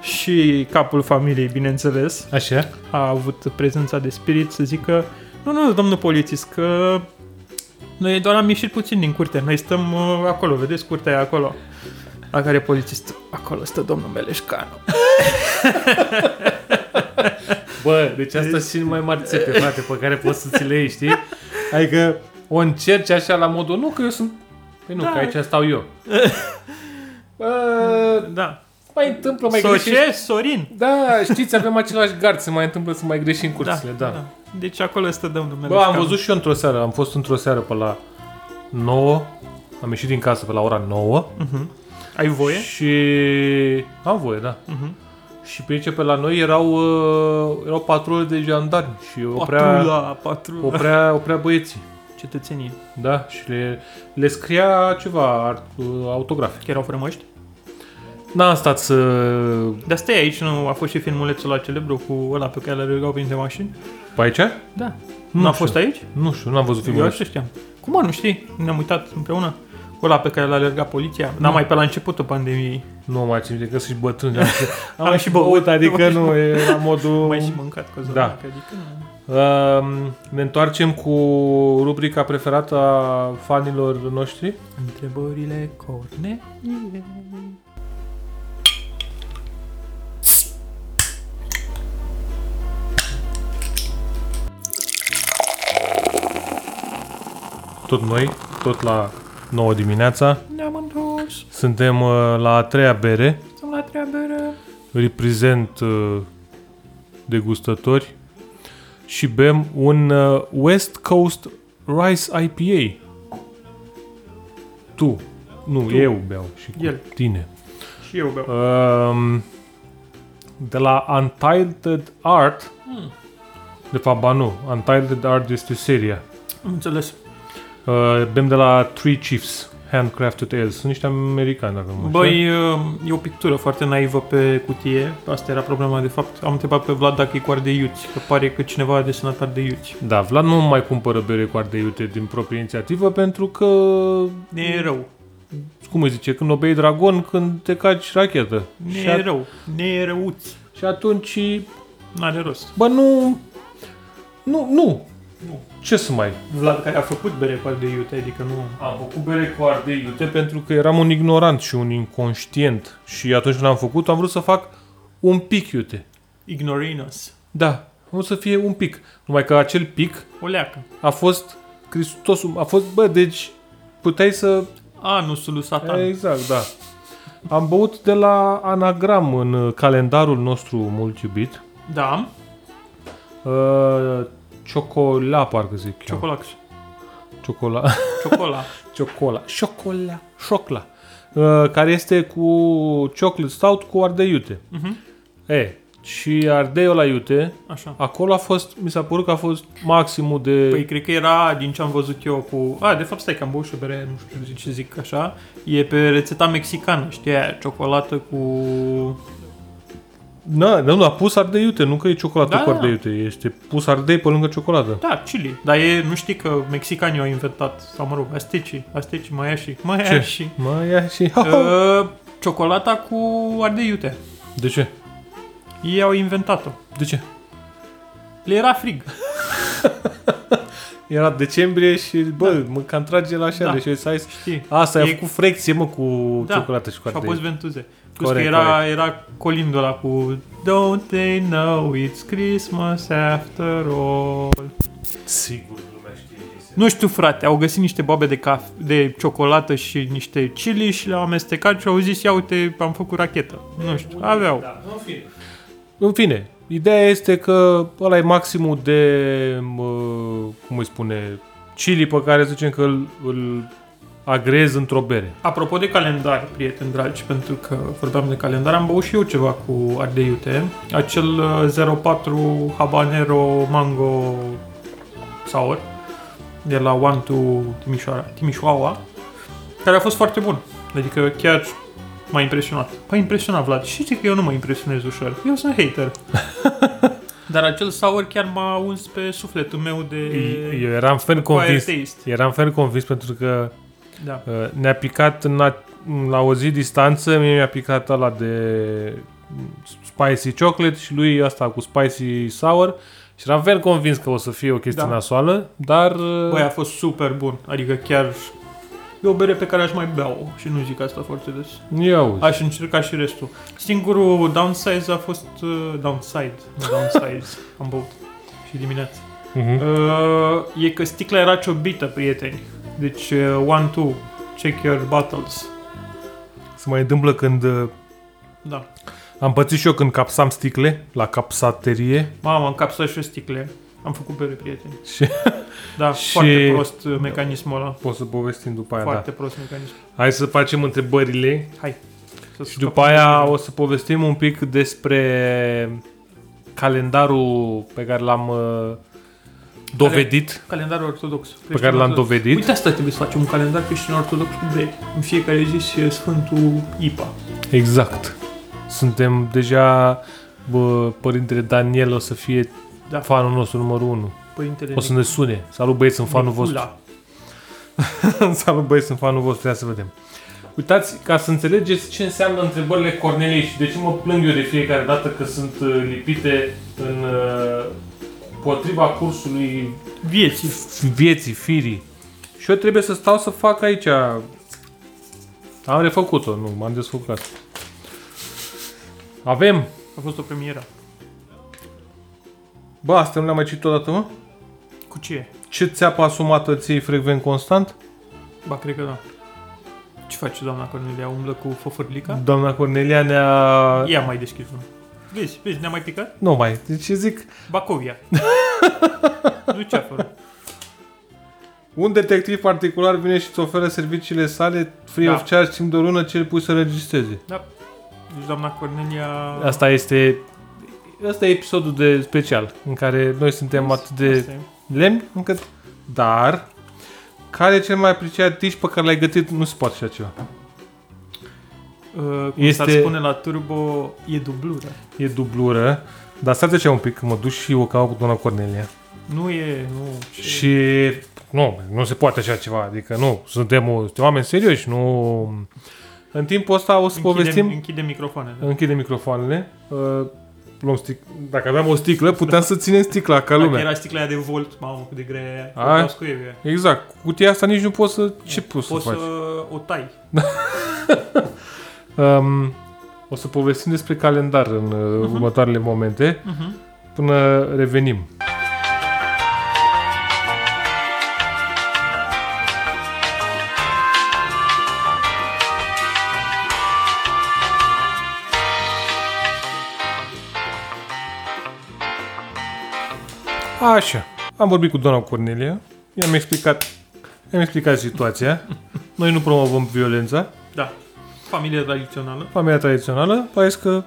Și capul familiei, bineînțeles, Așa? a avut prezența de spirit să zică nu, nu, domnul polițist, că noi doar am ieșit puțin din curte, noi stăm uh, acolo, vedeți, curtea e acolo. La care polițist, acolo stă domnul Meleșcanu. Bă, deci asta sunt mai mari țepe, frate, pe care poți să ți le iei, știi? Adică o încerci așa la modul, nu, că eu sunt... Păi nu, Da. da. că aici stau eu. Bă, Da. mai întâmplă, mai greșești. Soce, Sorin. Da, știți, avem același gard, se mai întâmplă să mai greșim cursurile, da. da. Deci acolo stă domnul Bă, Meleșcanu. am văzut și eu într-o seară, am fost într-o seară pe la 9, am ieșit din casă pe la ora 9 Mhm. Ai voie? și am voie, da. Mhm. Și pe aici pe la noi erau, uh, erau patrule de jandarmi și oprea, Patrula, patrula. oprea, oprea băieții. Cetățenii Da, și le, le scria ceva, ar- autografe. chiar au frămăști? N-am Da, stat să... Dar stai aici, nu a fost și filmulețul la celebru cu ăla pe care l-a rugat printre mașini? Pe aici? Da. Nu Nu, a știu. fost aici? Nu știu, n-am văzut Eu filmul ăsta. așa știam. Cum mă, nu știi? Ne-am uitat împreună. Ăla pe care l-a alergat poliția. N-am mai pe la începutul pandemiei. Nu mai țin minte că sunt și bătrân. Am, și- *laughs* am Am mai și și băut, băut, adică am nu, e la modul... *laughs* Mai și mâncat cu Da. zonă, adică nu. Um, ne întoarcem cu rubrica preferată a fanilor noștri. Întrebările corne. Tot noi, tot la 9 dimineața. Ne-am întors. Suntem uh, la a treia bere. Sunt la treabă. Reprezent uh, degustători. Și bem un uh, West Coast Rice IPA. Tu. Nu, Tu. eu beau și cu El. tine. Și eu beau. Um, de la Untitled Art. Mm. De fapt, ba nu. Untitled Art este seria. Am înțeles. Uh, bem de la Three Chiefs. Handcrafted Ale. Sunt niște americani, dacă nu mă înșel. Băi, e o pictură foarte naivă pe cutie. Asta era problema, de fapt. Am întrebat pe Vlad dacă e cu de iuți, că pare că cineva a desenat ar de iuți. Da, Vlad nu mai cumpără bere cu ardei iute din proprie inițiativă pentru că, Ne e rău. cum îi zice, când obei dragon, când te caci rachetă. Ne Și, e a- rău. Ne e răuți. și atunci, N-are rost. bă, nu, nu, nu, Nu. ce să mai... Vlad care a făcut bere cu ar de iute, adică nu... Am făcut bere cu ardei iute pentru că eram un ignorant și un inconștient și atunci când am făcut am vrut să fac un pic iute. Ignorinus. Da, am vrut să fie un pic. Numai că acel pic O leacă. a fost Cristosul, a fost, bă, deci puteai să... Anusul lui satan. Exact, da. Am băut de la anagram în uh, calendarul nostru mult iubit. Da, Uh, Ciocola, parcă zic ciocolax. *laughs* Ciocola. Ciocola. Ciocola. Ciocola. Șocla. uh, care este cu chocolate stout cu ardei iute. Mhm. E, și ardeiul la iute, Așa. acolo a fost, mi s-a părut că a fost maximul de... Păi cred că era din ce am văzut eu cu... A, de fapt stai că am băut și o bere, nu știu ce zic așa. E pe rețeta mexicană, știi aia, ciocolată cu... Na, nu, a pus ardei iute, nu că e ciocolată Da, cu da. ardei iute, este pus ardei pe lângă ciocolată. Da, chili. Dar e, nu știi că mexicanii au inventat, sau mă rog, astecii, astecii, maiașii, maiașii. Mai ia și... *laughs* Uh, Ciocolata cu ardei iute. *laughs* De ce? Ei au inventat-o. De ce? Le era frig. Era decembrie și, bă, mă cam trage la așa, Da. deci să ai... *laughs* Știi? Asta E- e... a făcut frecție, mă, cu Da. ciocolată și cu Și au ardei. fost ventuze. Plus că Corect, era, era colindul ăla cu Don't they know it's Christmas after all. Sigur, lumea știe Nu știu, frate, au găsit niște boabe de, caf- de ciocolată și niște chili și le-au amestecat și au zis, ia uite, am făcut rachetă. Nu știu, aveau. Da, în fine. În fine, ideea este că ăla e maximul de, mă, cum îi spune, chili pe care zicem că îl, îl agrez într-o bere. Apropo de calendar, prieteni dragi, pentru că vorbeam de calendar, am băut și eu ceva cu ardei iute. Acel uh, 04 habanero mango sour de la One to Timișoara, Timișoara, care a fost foarte bun. Adică chiar m-a impresionat. M-a impresionat, Vlad. Și știi că eu nu mă impresionez ușor. Eu sunt hater. Dar acel sour chiar m-a uns pe sufletul meu de... Eu eram fel acquired convins, taste. eram fel convins pentru că Da. uh, ne-a picat în a, la o zi distanță, mie mi-a picat ăla de spicy chocolate și lui asta cu spicy sour și eram fel convins că o să fie o chestie Da. da. nasoală, dar... uh, Băi, a fost super bun. Adică chiar e o bere pe care aș mai bea-o și nu zic asta foarte des. Ia uzi. Aș încerca și restul. Singurul downsize a fost... Uh, downside. Nu *laughs* downsize. Am băut. Și dimineața. Mhm. Uh, e că sticla era ciobită, prieteni. Deci, uh, one, two. Check your bottles. Se mai întâmplă când uh, Da. am pățit și eu când capsam sticle la capsaterie Mamă, am capsat și sticle. Am făcut bere, prieteni. *laughs* și Da, Și- foarte prost uh, mecanismul ăla. o să povestim după aia. Foarte Da. prost mecanismul. Hai să facem întrebările Hai. Să și după aia o să povestim un pic despre calendarul pe care l-am uh, dovedit. Calendarul ortodox. Deci Pe care l-am dovedit. Uite asta trebuie să facem un calendar creștin ortodox cu beri. În fiecare zi și Sfântul Ipa. Exact. Suntem deja bă, părintele Daniel o să fie Da. da. fanul nostru numărul 1. Părintele O să ne sune. Salut băieți, sunt fanul Nicula. vostru. *laughs* Salut băieți, sunt fanul vostru, ia să vedem. Uitați, ca să înțelegeți ce înseamnă întrebările Corneliei și de ce mă plâng eu de fiecare dată că sunt uh, lipite în uh, potriva cursului Vieții. vieții, firii. Și eu trebuie să stau să fac aici... Am refăcut-o, nu, m-am desfăcut. Avem... A fost o premieră. Bă, asta nu le-am mai citit odată, mă? Cu ce? Ce țeapă asumată ții frecvent constant? Ba, cred că da. Ce face doamna Cornelia? Umblă cu fofârlica? Doamna Cornelia ne-a... Ia mai deschis unul. Vezi, vezi, ne-a mai picat? Nu mai, deci zic... *laughs* Bacovia. Luceafărul. Un detectiv particular vine și îți oferă serviciile sale free Da. da. of charge timp de o lună ce îl pui să registreze. Da. Deci doamna Cornelia... Asta este Asta e episodul de special în care noi suntem atât Asta de e. lemni încât dar care e cel mai apreciat dish pe care l-ai gătit? Nu se poate așa ceva. Uh, cum este... Este- s-ar spune la turbo, e dublură. E dublură, dar stați așa un pic, că mă duc și eu ca cu doamna Cornelia. Nu e, nu. ce- Și nu, nu se poate așa ceva, adică nu, suntem, o- suntem oameni serioși, nu... În timpul ăsta o să povestim... Închidem, închidem microfoanele. Închide microfoanele. Uh, luăm stic- Dacă aveam o sticlă, puteam să ținem sticla ca lumea. Dacă era sticla aia de volt, mamă, cât de grea e aia. Aia? O las cu eu, e. Exact. Cu Cutia asta nici nu poți să... Ce poți să Poți să faci? o tai. Um, o să povestim despre calendar în uh, următoarele momente, Uh-huh. până revenim. Așa. Am vorbit cu doamna Cornelia. I-am explicat, i-am explicat situația. Noi nu promovăm violența. Da. Familie tradițională. Familia tradițională, parece că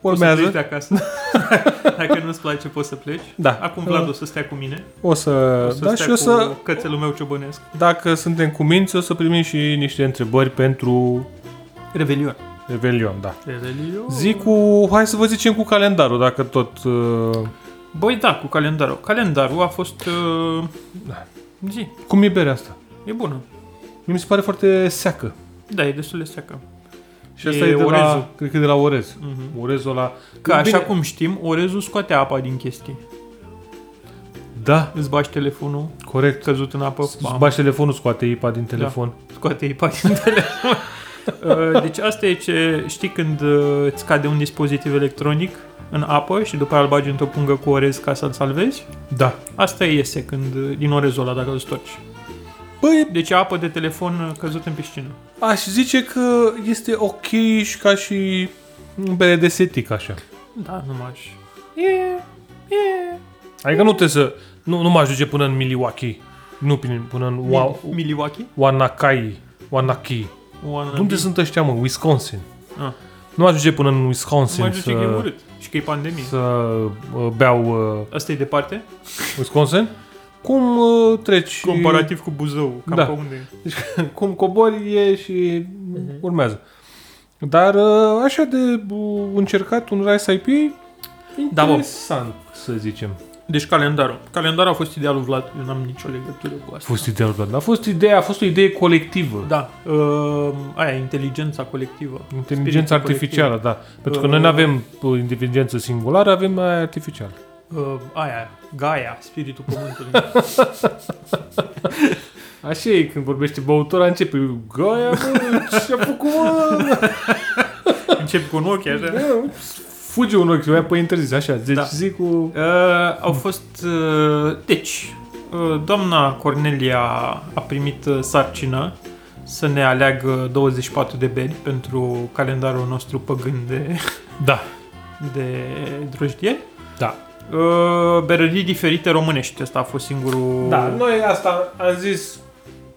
Poți să pleci urmează. de acasă. *laughs* Dacă nu-ți place, poți să pleci. Da. Acum Vlad o să stea cu mine. O să, O să da, stea și o cu să, cățelul meu ciobănesc. dacă suntem cu minți, o să primim și niște întrebări pentru Revelion. Revelion, da. Revelion. Zi cu, hai să vă zicem cu calendarul, dacă tot... Uh, Băi, da, cu calendarul. Calendarul a fost... Uh, Da. zi, cum e berea asta? e bună. Mie Mi se pare foarte seacă. Da, e destul de seacă. Și asta e, E de la, orezul. cred că e de la orez. Mhm. Orezul ăla... Ca Bine, așa cum știm, orezul scoate apa din chestii. Da, Îți bași telefonul, corect. căzut în apă, Îți bam, Bași telefonul, scoate ipa Da. din telefon. scoate ipa din *laughs* telefon. Uh, deci asta e ce știi când uh, îți cade un dispozitiv electronic în apă și după aia îl bagi într-o pungă cu orez ca să-l salvezi. Da. Asta iese când, uh, din orezul ăla dacă îl storci. Băi, Deci e apă de telefon uh, căzut în piscină. Păi, aș zice că este ok și ca și un bere de setic, așa. Da, nu m-aș... E... E... Adică nu trebuie să... Nu, nu mă ajunge până în Milwaukee. Nu prin- până în Wa- Mi- Milwaukee? Wanakai. Wanaki. Oana- Unde sunt ăștia, mă? Wisconsin. Ah. Nu ajunge până în Wisconsin Mă duce că e să, urât și că e pandemie. să uh, beau uh, Asta e departe? Wisconsin. Cum uh, treci... Comparativ cu Buzău, cam Da. pe unde e. Cum cobori e și urmează. Dar uh, așa de uh, încercat un Rice IP, Da, bă. interesant, să zicem. Deci calendarul. Calendarul a fost idealul Vlad, eu n-am nicio legătură cu A asta. fost ideea, lui Vlad. a fost ideea, a fost o idee colectivă. Da, uh, aia, inteligența colectivă. Inteligența Spiritul artificială, da. Pentru că noi Uh, nu avem uh, inteligență singulară, avem aia artificială. Uh, aia, Gaia, spiritul pământului. *laughs* Așa e, când vorbește băutura, începe Gaia, bă, ce-a făcut, *laughs* mă? Încep cu un ochi, așa. Fuge un ochi, mai pe interzis, așa. Deci Da. zi cu... Uh, au fost... Uh, deci, uh, doamna Cornelia a primit uh, sarcină să ne aleagă 24 de beri pentru calendarul nostru păgân *laughs* de, Da, de drojdie. da. Uh, berării diferite românești. Asta a fost singurul... Da, noi asta am zis,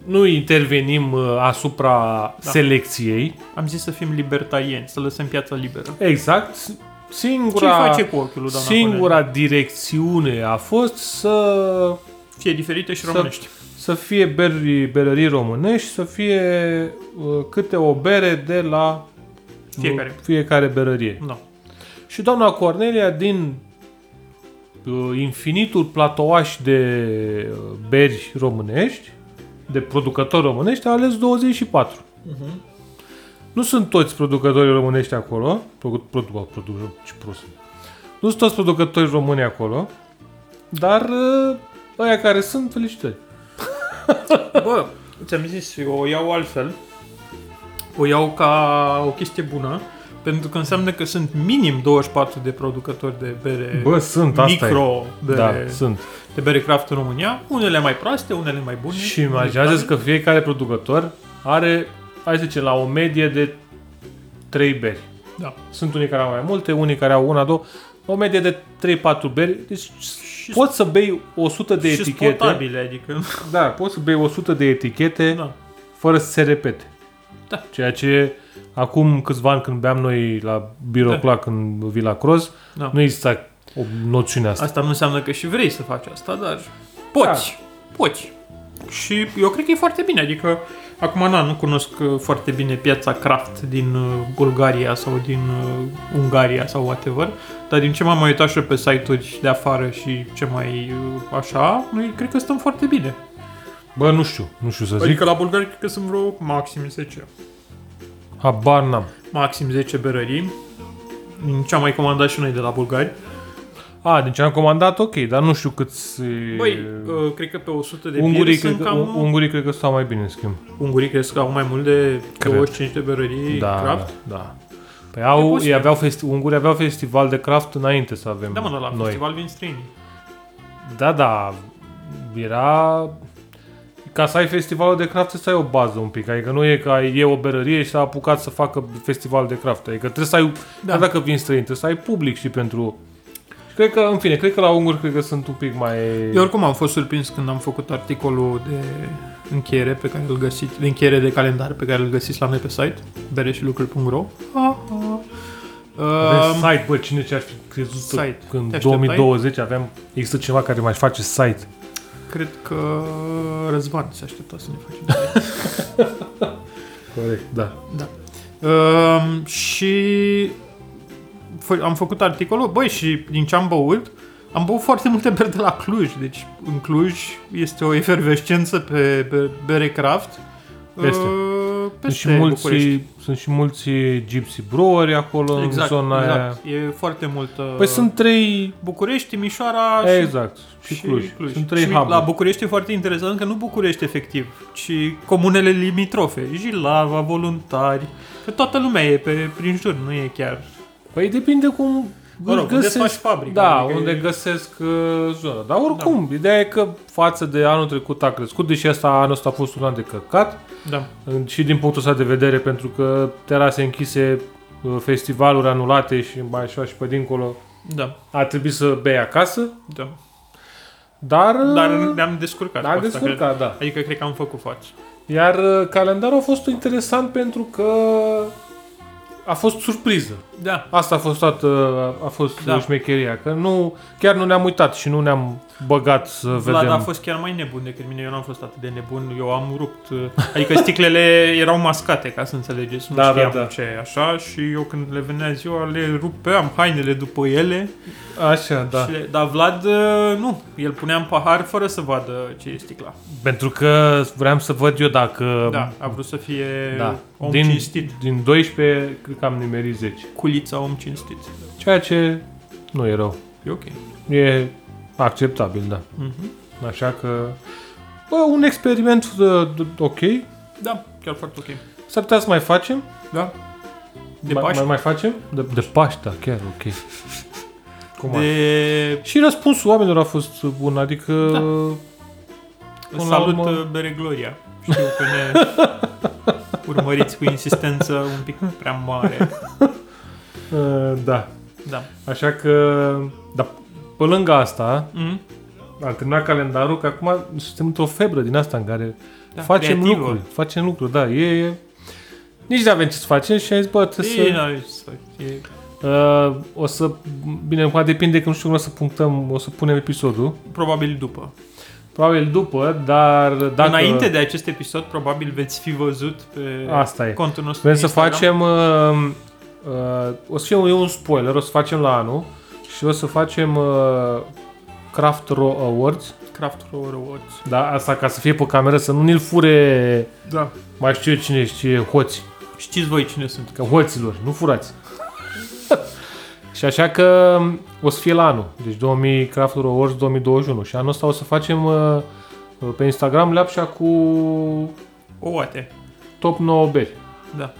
nu intervenim uh, asupra selecției. Am zis să fim libertarieni, să lăsăm piața liberă. Exact. Ce Singura, face cu ochiul, doamna singura direcțiune a fost să Cornelia? Fie diferite și Să- românești. să fie beri, berării românești, să fie uh, câte o bere de la Fiecare. uh, fiecare berărie. Da. Și doamna Cornelia din uh, infinitul platouaș de uh, beri românești, de producători românești, a ales 24. Nu sunt toți producătorii românești acolo. Produ, produ, produ, ce prost. sunt. Nu sunt toți producătorii români acolo, dar uh, ăia care sunt, felicitări. Bă, ți-am zis, eu o iau altfel. O iau ca o chestie bună, pentru că înseamnă că sunt minim 24 de producători de bere Bă, sunt, asta e. micro bere, Da, sunt. de bere craft în România, unele mai proaste, unele mai bune. Și imaginează că fiecare producător are, hai să zicem, la o medie de 3 beri. Da. Sunt unii care au mai multe, unii care au una, două, o medie de 3-4 beri. Deci Și, poți să bei 100 de și etichete. sportabile, adică... Da, poți să bei 100 de etichete. Da. fără să se repete. Da. Ceea ce acum câțiva ani când beam noi la Biroclac da. în Villa Cross, Da. nu exista o noțiune asta. Asta nu înseamnă că și vrei să faci asta, dar poți. Da. Poți. Și eu cred că e foarte bine, adică acum na, nu cunosc uh, foarte bine piața craft din uh, Bulgaria sau din uh, Ungaria sau whatever, dar din ce m-am mai uitat și eu pe site-uri de afară și ce mai uh, așa, noi cred că stăm foarte bine. Bă, nu știu, nu știu să zic. Adică la bulgari cred că sunt vreo maxim 10. Habar n-am. Maxim 10 berării. Din ce am mai comandat și noi de la bulgari. A, deci am comandat, ok, dar nu știu câți... eh, Băi, uh, cred că pe 100 de ungurii, bieri cred sunt că, cam... un- ungurii cred că stau mai bine, în schimb. Ungurii crezi că au mai mult de Cred. 25 de berării da, craft? da, da. Păi au, posibil. ei aveau festi- ungurii aveau festival de craft înainte să avem Da, mă, dar la noi. festival vin străinii. Da, da, era... Ca să ai festivalul de craft trebuie să ai o bază un pic, adică nu e că ai- e o berărie și s-a apucat să facă festival de craft, adică trebuie să ai, da. Da. dacă vin străini, trebuie să ai public și pentru... Cred că, în fine, cred că la unguri cred că sunt un pic mai... Eu oricum am fost surprins când am făcut articolul de încheiere pe care îl găsiți, de încheiere de calendar pe care îl găsiți la noi pe site, bere și lucruri.ro. ah. Pe site, bă, cine ce-ar fi crezut Um, Site. site. Te că în așteptai? 2020 aveam... Există ceva care mai face site. Cred că Răzvan se aștepta să ne facem. Corect, da. da. Um, și fă- am făcut articolul, băi, și din ce am băut, am băut foarte multe beri de la Cluj. Deci în Cluj este o efervescență pe, pe bere craft. Peste. Uh, Sunt peste și, mulți, București. sunt și mulți gypsy breweri acolo Exact, în zona aia. exact. E foarte mult... uh, Păi sunt trei... București, Timișoara și, Exact. Și, Cluj. Sunt trei și hub la București e foarte interesant că nu București efectiv, ci comunele limitrofe, Jilava, Voluntari, că toată lumea e pe, prin jur, nu e chiar... Păi depinde cum Mă rog, își unde faci fabrica, Da, adică unde e- Da. găsesc uh, zona. Dar oricum, ideea e că față de anul trecut a crescut, deși asta anul ăsta a fost un an de căcat. Da. în- Și din punctul ăsta de vedere, pentru că terase închise, uh, festivaluri anulate și mai așa și pe dincolo, Da, a trebuit să bei acasă. da. Dar, uh, Dar ne-am descurcat. dar cu asta, cred. descurcat, da. Adică cred că am făcut faci. Iar uh, calendarul a fost interesant pentru că a fost surpriză. Da. Asta a fost toată, a fost Da. da. șmecheria, că nu, chiar nu ne-am uitat și nu ne-am băgat să Vlad vedem. Da, a fost chiar mai nebun decât mine, eu n-am fost atât de nebun, eu am rupt, uh, adică sticlele erau mascate, ca să înțelegeți, nu Da, da, știam da. ce e așa și eu când le venea ziua le rupeam hainele după ele Așa, Da. da. Și le, dar Vlad, uh, nu. El punea în pahar fără să vadă ce e sticla. Pentru că vreau să văd eu dacă... Da, a vrut să fie da. da. om Din... Din, cinstit. din 12, cred că am nimerit 10. Culița om cinstit. Ceea ce nu e rău. E ok. E acceptabil, da. Mm-hmm. Așa că... Bă, un experiment uh, d- ok. Da, chiar foarte ok. S-ar putea să mai facem. Da? De mai, Paști? Mai, mai facem? De, de Paști, da, chiar ok. Cum ar De... Și răspunsul oamenilor a fost bun, adică... Da. Până la Salut urmă- urmă... Bere Gloria. Știu că *laughs* ne urmăriți cu insistență un pic prea mare. Uh, da. Da. Așa că... Dar pe lângă asta, Mm? am terminat calendarul, că acum suntem într-o febră din asta în care Da, da, facem creativă. lucruri. Facem lucruri, da. E... Nici nu avem ce să facem și am zis, bă, trebuie E, să... n-ai ce să faci. E... Uh, o să... Bine, acum depinde că nu știu cum o să punctăm, o să punem episodul. Probabil după. Probabil după, dar dacă... Dacă... Înainte de acest episod, probabil veți fi văzut pe Asta e. contul nostru Vrem de să Instagram. facem... Uh, uh, o să fie un, e un spoiler, o să facem la anul și o să facem uh, Craft Raw Awards. Craft Rower Awards. Da, asta ca să fie pe cameră, să nu ne-l fure Da. mai știu eu cine știe, hoți. Știți voi cine sunt. Că hoților, nu furați. *laughs* și așa că o să fie la anul. Deci 2000 Craft Raw Awards 2021. Și anul ăsta o să facem uh, pe Instagram leapșa cu Ouate. top 9 beri. Da.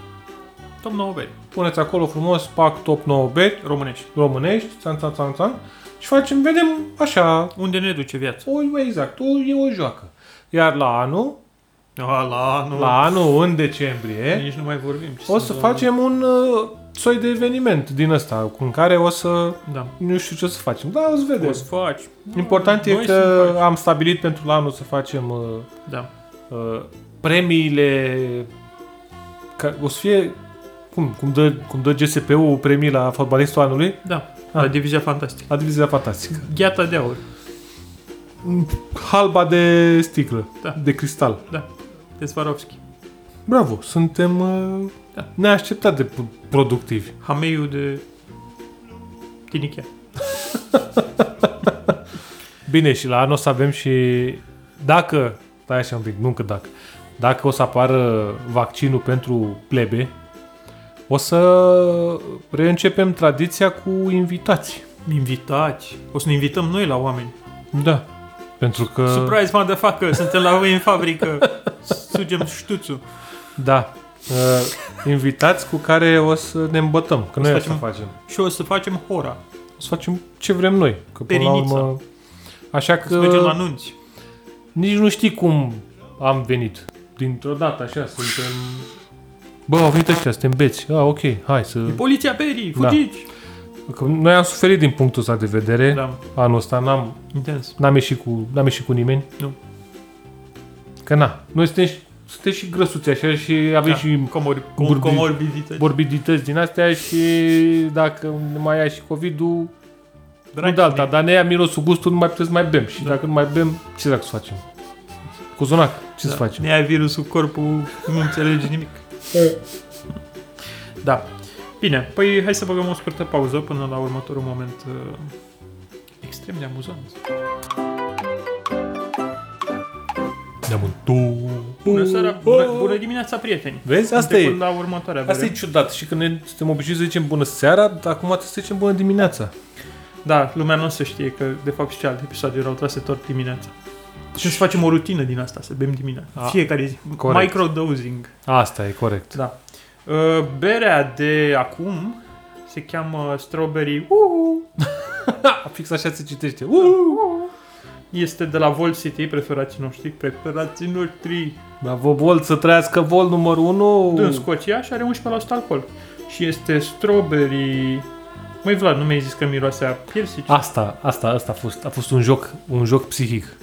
Top 9 beri. Puneți acolo frumos, pac top 9 beri, Românești. românești, țan, țan, țan, țan, și facem, vedem așa, Unde ne duce viața? o, exact, o, e o joacă. Iar la anul, A, la, nu. la anul în decembrie, Nici nu mai vorbim. ce o să da. facem un uh, soi de eveniment din ăsta, cu în care o să, Da. nu știu ce o să facem, dar o să O vedem. să faci. Important Noi e suntem că faci. am stabilit pentru la anul să facem uh, Da. uh, premiile, ca, o să fie, cum, cum dă, cum dă GSP-ul premii la fotbalistul anului, Da. Ah. La divizia fantastică. la divizia fantastică. Gheata de aur. Halba de sticlă, Da. de cristal. Da. De Swarovski. Bravo, suntem uh, Da. neașteptat de p- productivi. Hameiul de... Tinichea. Bine, și la anul o să avem și... Dacă, stai așa un pic, nu că dacă, dacă o să apară vaccinul pentru plebe, o să reîncepem tradiția cu invitații. Invitați. O să ne invităm noi la oameni. Da. Pentru că... Surprise, motherfucker! Suntem la voi în fabrică. Sugem ștuțul. Da. Uh, invitați cu care o să ne îmbătăm. Că noi să asta facem- facem. Și o să facem hora. O să facem ce vrem noi. Că până la Perinița. urmă... Așa O să mergem la că anunți. nici nu știi cum am venit. Dintr-o dată, așa, suntem... Bă, au venit ăștia, suntem beți. Ah, ok, hai să... Da. Poliția Perii, fugiți! Că noi am suferit din punctul ăsta de vedere. Da, Anul ăsta n-am, intens. n-am, ieșit cu, n-am ieșit cu nimeni. Nu. Că na, noi suntem, și- suntem și grăsuți așa și avem Da. și Comori, Burbi- com- comorbidități. morbidități din astea și dacă ne mai ia și COVID-ul, nu Dragi de alta, mei, dar ne ia mirosul gustul, nu mai putem să mai bem. Și Da. dacă nu mai bem, ce dacă să facem? Cu zonac, ce da, să facem? Ne ai virusul corpul, nu înțelegi nimic. Da. Bine, păi hai să băgăm o scurtă pauză până la următorul moment uh, extrem de amuzant. Ne-am întors. Bună seara, bună, bună dimineața, prieteni! Vezi, asta Suntem e. până la următoarea Asta e vreme. ciudat și când ne suntem obișnuiți să zicem bună seara, dar acum trebuie să zicem bună dimineața. Da, lumea nu o să știe că, de fapt, și alte episoade erau trase tot dimineața. Și să facem o rutină din asta, să bem dimineața. A, Fiecare zi. corect. Microdosing. Asta e corect. Da. Uh, Berea de acum se cheamă Strawberry Uhu. Ha, *laughs* fix așa se citește. Uhu! Este de la Volt City, preferații noștri, preferații noștri Bravo, Da, Vol, să trăiască Vol numărul 1. din Scoția și are 11% alcool. Și este Strawberry... Măi Vlad, nu mi-ai zis că miroase a Ah. piersici? Asta, asta, asta a fost, a fost un joc, un joc psihic.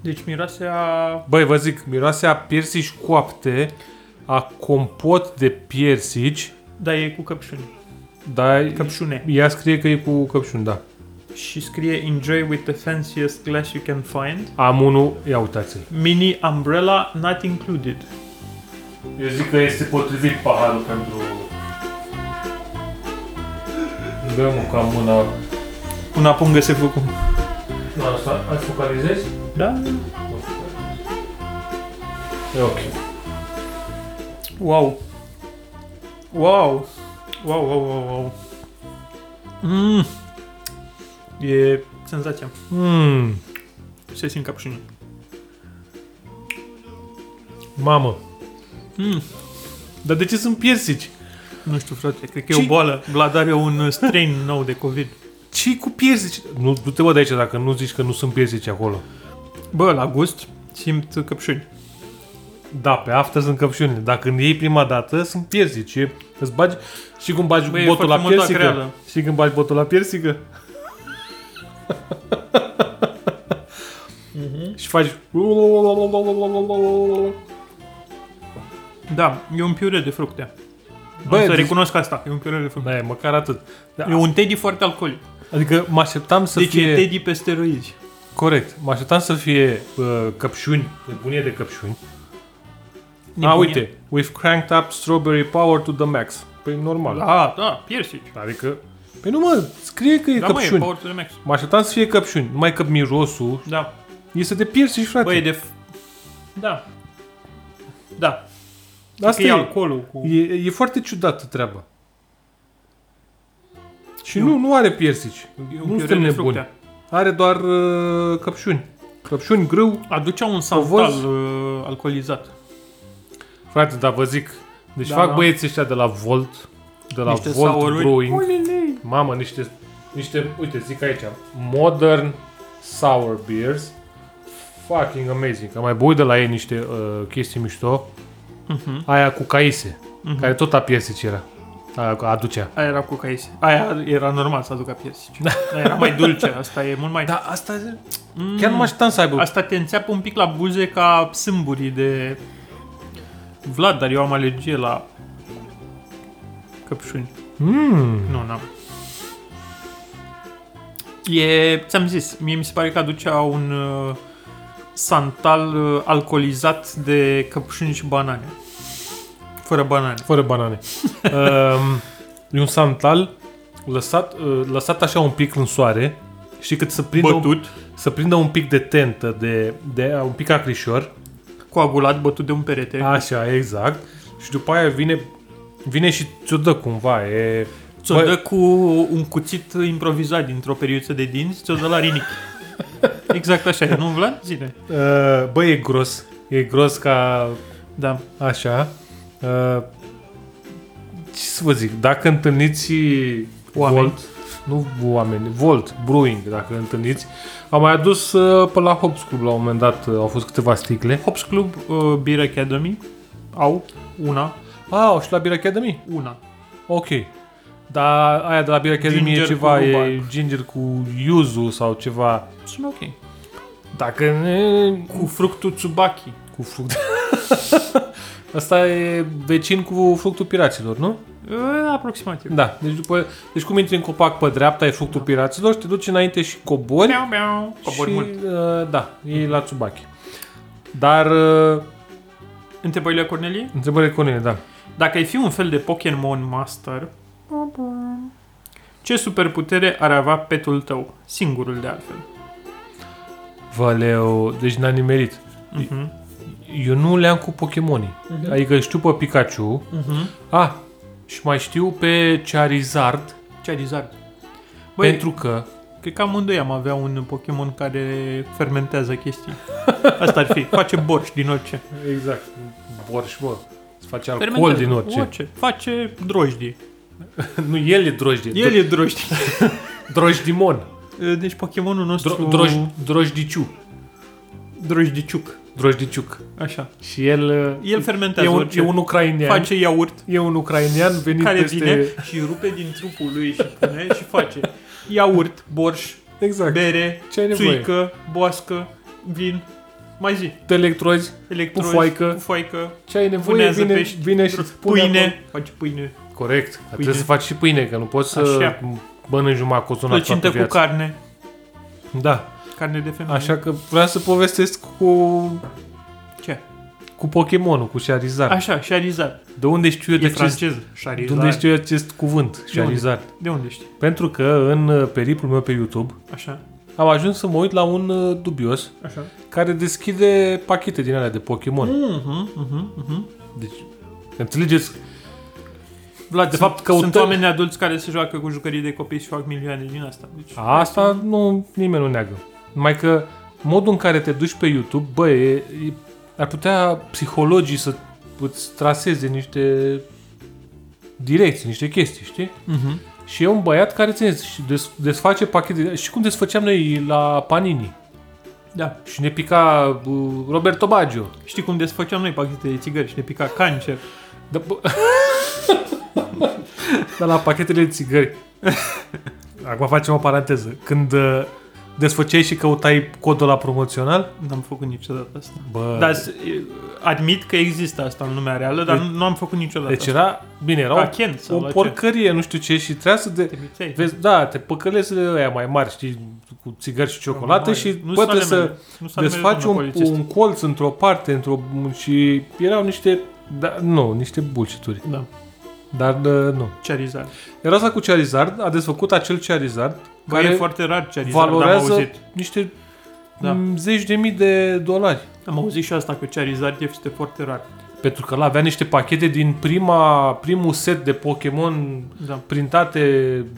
Deci miroase a... Băi, vă zic, miroase a piersici coapte, a compot de piersici, Da, e cu căpșuni. dar Căpșune. ea scrie că e cu căpșun, da. Și scrie Enjoy with the fanciest glass you can find. Am unul, ia uitați-l. Mini umbrella not included. Eu zic că este potrivit paharul pentru... Bă, mă, cam mâna... Una pungă se făcu. Asta, ai focalizezi? Da? E ok. Wow. Wow. Wow, wow, wow, wow. Mm. E senzația. Mm, Se simt capșunii. mamă. Mmm. Mm. Dar de ce sunt piersici? Nu știu, frate, cred că e Ce- o boală. Vlad are un strain nou de COVID. ce cu piersici? Nu, du-te mă de aici dacă nu zici că nu sunt piersici acolo. Bă, la gust simt căpșuni. Da, pe aftă sunt căpșunile. Dacă îmi iei prima dată, sunt piersici. E- Îți bagi și când bagi Băi, e botul la foarte multă piersică. acreală. Și când bagi botul la piersică. și faci... Da, e un piure de fructe. Bă, Bă, să deci- recunosc asta. E un piure de fructe. Da, e, măcar atât. Da, E un teddy foarte alcoolic. Adică mă așteptam să Deci fie... e teddy pe steroizi. Corect. Mă așteptam să fie uh, căpșuni, nebunie de căpșuni. A, Nebunie. uite. We've cranked up strawberry power to the max. Păi normal. Da, da, piersici. Adică... Păi nu mă, scrie că e Da, mă, e căpșuni. Power to the Max. Mă așteptam să fie căpșuni, numai că mirosul Da. este de piersici, frate. Băi, de... f- Da. Da. că Asta e e, alcoolul cu... e, e foarte ciudată treaba. Și E nu, nu are piersici. E Nu suntem nebuni. Are doar uh, căpșuni. Căpșuni grâu. Aducea un Ovoz? santal uh, alcoolizat. Frate, dar vă zic, deci Da, fac da. băieții ăștia de la Volt, de la Niște Volt soururi. Brewing. Mamă, niște, niște, uite, zic aici, Modern Sour Beers. Fucking amazing. Am mai băut de la ei niște uh, chestii mișto. Mhm. Aia cu caise, care tot a piersici era. Aia cu- aducea. Aia era cu caise. Aia era normal să aducă piersici. Aia era mai dulce, asta e mult mai... Da, asta Mm. Chiar nu mă așteptam să aibă. Asta te înțeapă un pic la buze ca sâmburii de... Vlad, dar eu am alergie la căpșuni. Mm. Nu, n-am. E, ți-am zis, mie mi se pare că aducea un uh, santal uh, alcoolizat de căpșuni și banane. Fără banane. Fără *laughs* banane. um, e un santal lăsat, uh, lăsat așa un pic în soare și cât să prindă, un, Bătut, să prindă un pic de tentă, de, de un pic acrișor. coagulat, bătut de un perete. Așa, exact. Și după aia vine, vine și ți-o dă cumva. E, Ți-o Bă, dă cu un cuțit improvizat dintr-o periuță de dinți, ți-o dă la *laughs* rinichi. Exact așa e, nu Vlad? Zine. uh, bă, e gros. E gros ca Da. Așa. Uh, ce să vă zic, dacă întâlniți Oameni. Volt, nu oameni, Volt, Brewing, dacă întâlniți, am mai adus uh, pe la Hops Club la un moment dat, uh, au fost câteva sticle. Hops Club, uh, Beer Academy, au una, Ah, și la Beer Academy? una. Ok. Dar aia de la Beer Academy Ginger e cu ceva, e rhubarb. ginger cu yuzu sau ceva. Sună ok. Uh, Dacă ne... Cu fructul Tsubaki. Cu fruct. *laughs* Asta e vecin cu fructul piraților, nu? E, aproximativ. Da. Deci, după, deci cum intri în copac pe dreapta, e fructul piraților și te duci înainte și cobori. Miau, miau. Cobori și, mult. Uh, da, e la Tsubaki. Dar uh, Întrebările Cornelie? întrebările cu noi, da. Dacă ai fi un fel de Pokémon Master, ce superputere ar avea petul tău? Singurul de altfel. Valeu, deci n-a nimerit. Mhm. Eu nu le-am cu Pokémonii. Mhm. Adică știu pe Pikachu. Mhm. Ah, și mai știu pe Charizard. Charizard. Băi, Băi, pentru că Cred că amândoi am avea un Pokémon care fermentează chestii. *laughs* Asta ar fi. Face borș din orice. Exact. Borș, bă. Îți face alcool Fermentează din orice. orice. Face drojdie. Nu, el e drojdie. El e drojdie. Drojdimon. *laughs* Deci Pokémonul nostru... Dro- droj- drojdiciu. drojdiciuc. Drojdiciuc. Așa. Și el... El e fermentează un, orice. e un ucrainian. Face iaurt E un ucrainian venit care peste... vine și rupe din trupul lui și pune și face iaurt, borș, Exact. De... bere, Ce ai nevoie? țuică, boască, vin, mai zi, Te electrozi, electrozi, Cu foaică. cu foaică ce ai nevoie, punează vine, pești, vine și îți pune pâine, acolo. face pâine, Corect. Pâine. Trebuie Pâine. să faci și pâine, că nu poți să Așa. mănânci numai cozonat toată plăcintă cu viața. carne, Da. carne de femeie. Așa că vreau să povestesc cu, Ce? cu Pokémonul, cu Charizard. Așa, Charizard. De unde știu eu E de acest francez. Da. De Charizard. unde știu eu acest cuvânt, Charizard? De unde știi? Pentru că în uh, periplul meu pe YouTube Așa. am ajuns să mă uit la un uh, dubios Așa. care deschide pachete din alea de Pokémon. Mhm, mhm, mhm. Deci, înțelegeți? Vlad, de Da, fapt, fapt, sunt căutăm- oameni adulți care se joacă cu jucării de copii și fac milioane din asta. Deci, Asta nu, nimeni nu neagă. Numai că modul în care te duci pe YouTube, bă, e, e, ar putea psihologii să îți traseze niște direcții, niște chestii, știi? Mhm. Și e un băiat care ține, și des, desface pachete. Și cum desfăceam noi la Panini? Da. Și ne pica uh, Roberto Baggio. Știi cum desfăceam noi pachete de țigări și ne pica cancer? Dar Da, bă... *laughs* Dar la pachetele de țigări. Acum facem o paranteză. Când uh, desfăceai și căutai codul la promoțional, N-am făcut niciodată asta. bă, deci Dar s- admit că există asta în lumea reală, dar nu, nu am făcut niciodată deci asta. era, bine, era Ca o, Ken sau o la ce? porcărie, nu știu ce, și trebuia să de... Te miței. Vezi, da, te păcălesc de ăia mai mari, știi, cu țigări și ciocolată Mare. și Nu bă, sunt ale trebuie să... mele. Nu sunt ale mele, desfaci domnul un, polițist. un colț într-o parte într-o, și erau niște, da, nu, niște bulcituri. Da. Dar uh, nu. Charizard. Era asta cu Charizard, a desfăcut acel Charizard Bă, care e foarte rar Charizard, valorează am auzit. niște Da. da. zeci de mii de dolari. Am auzit și asta că Charizard este foarte rar. Pentru că la avea niște pachete din prima, primul set de Pokémon Da. printate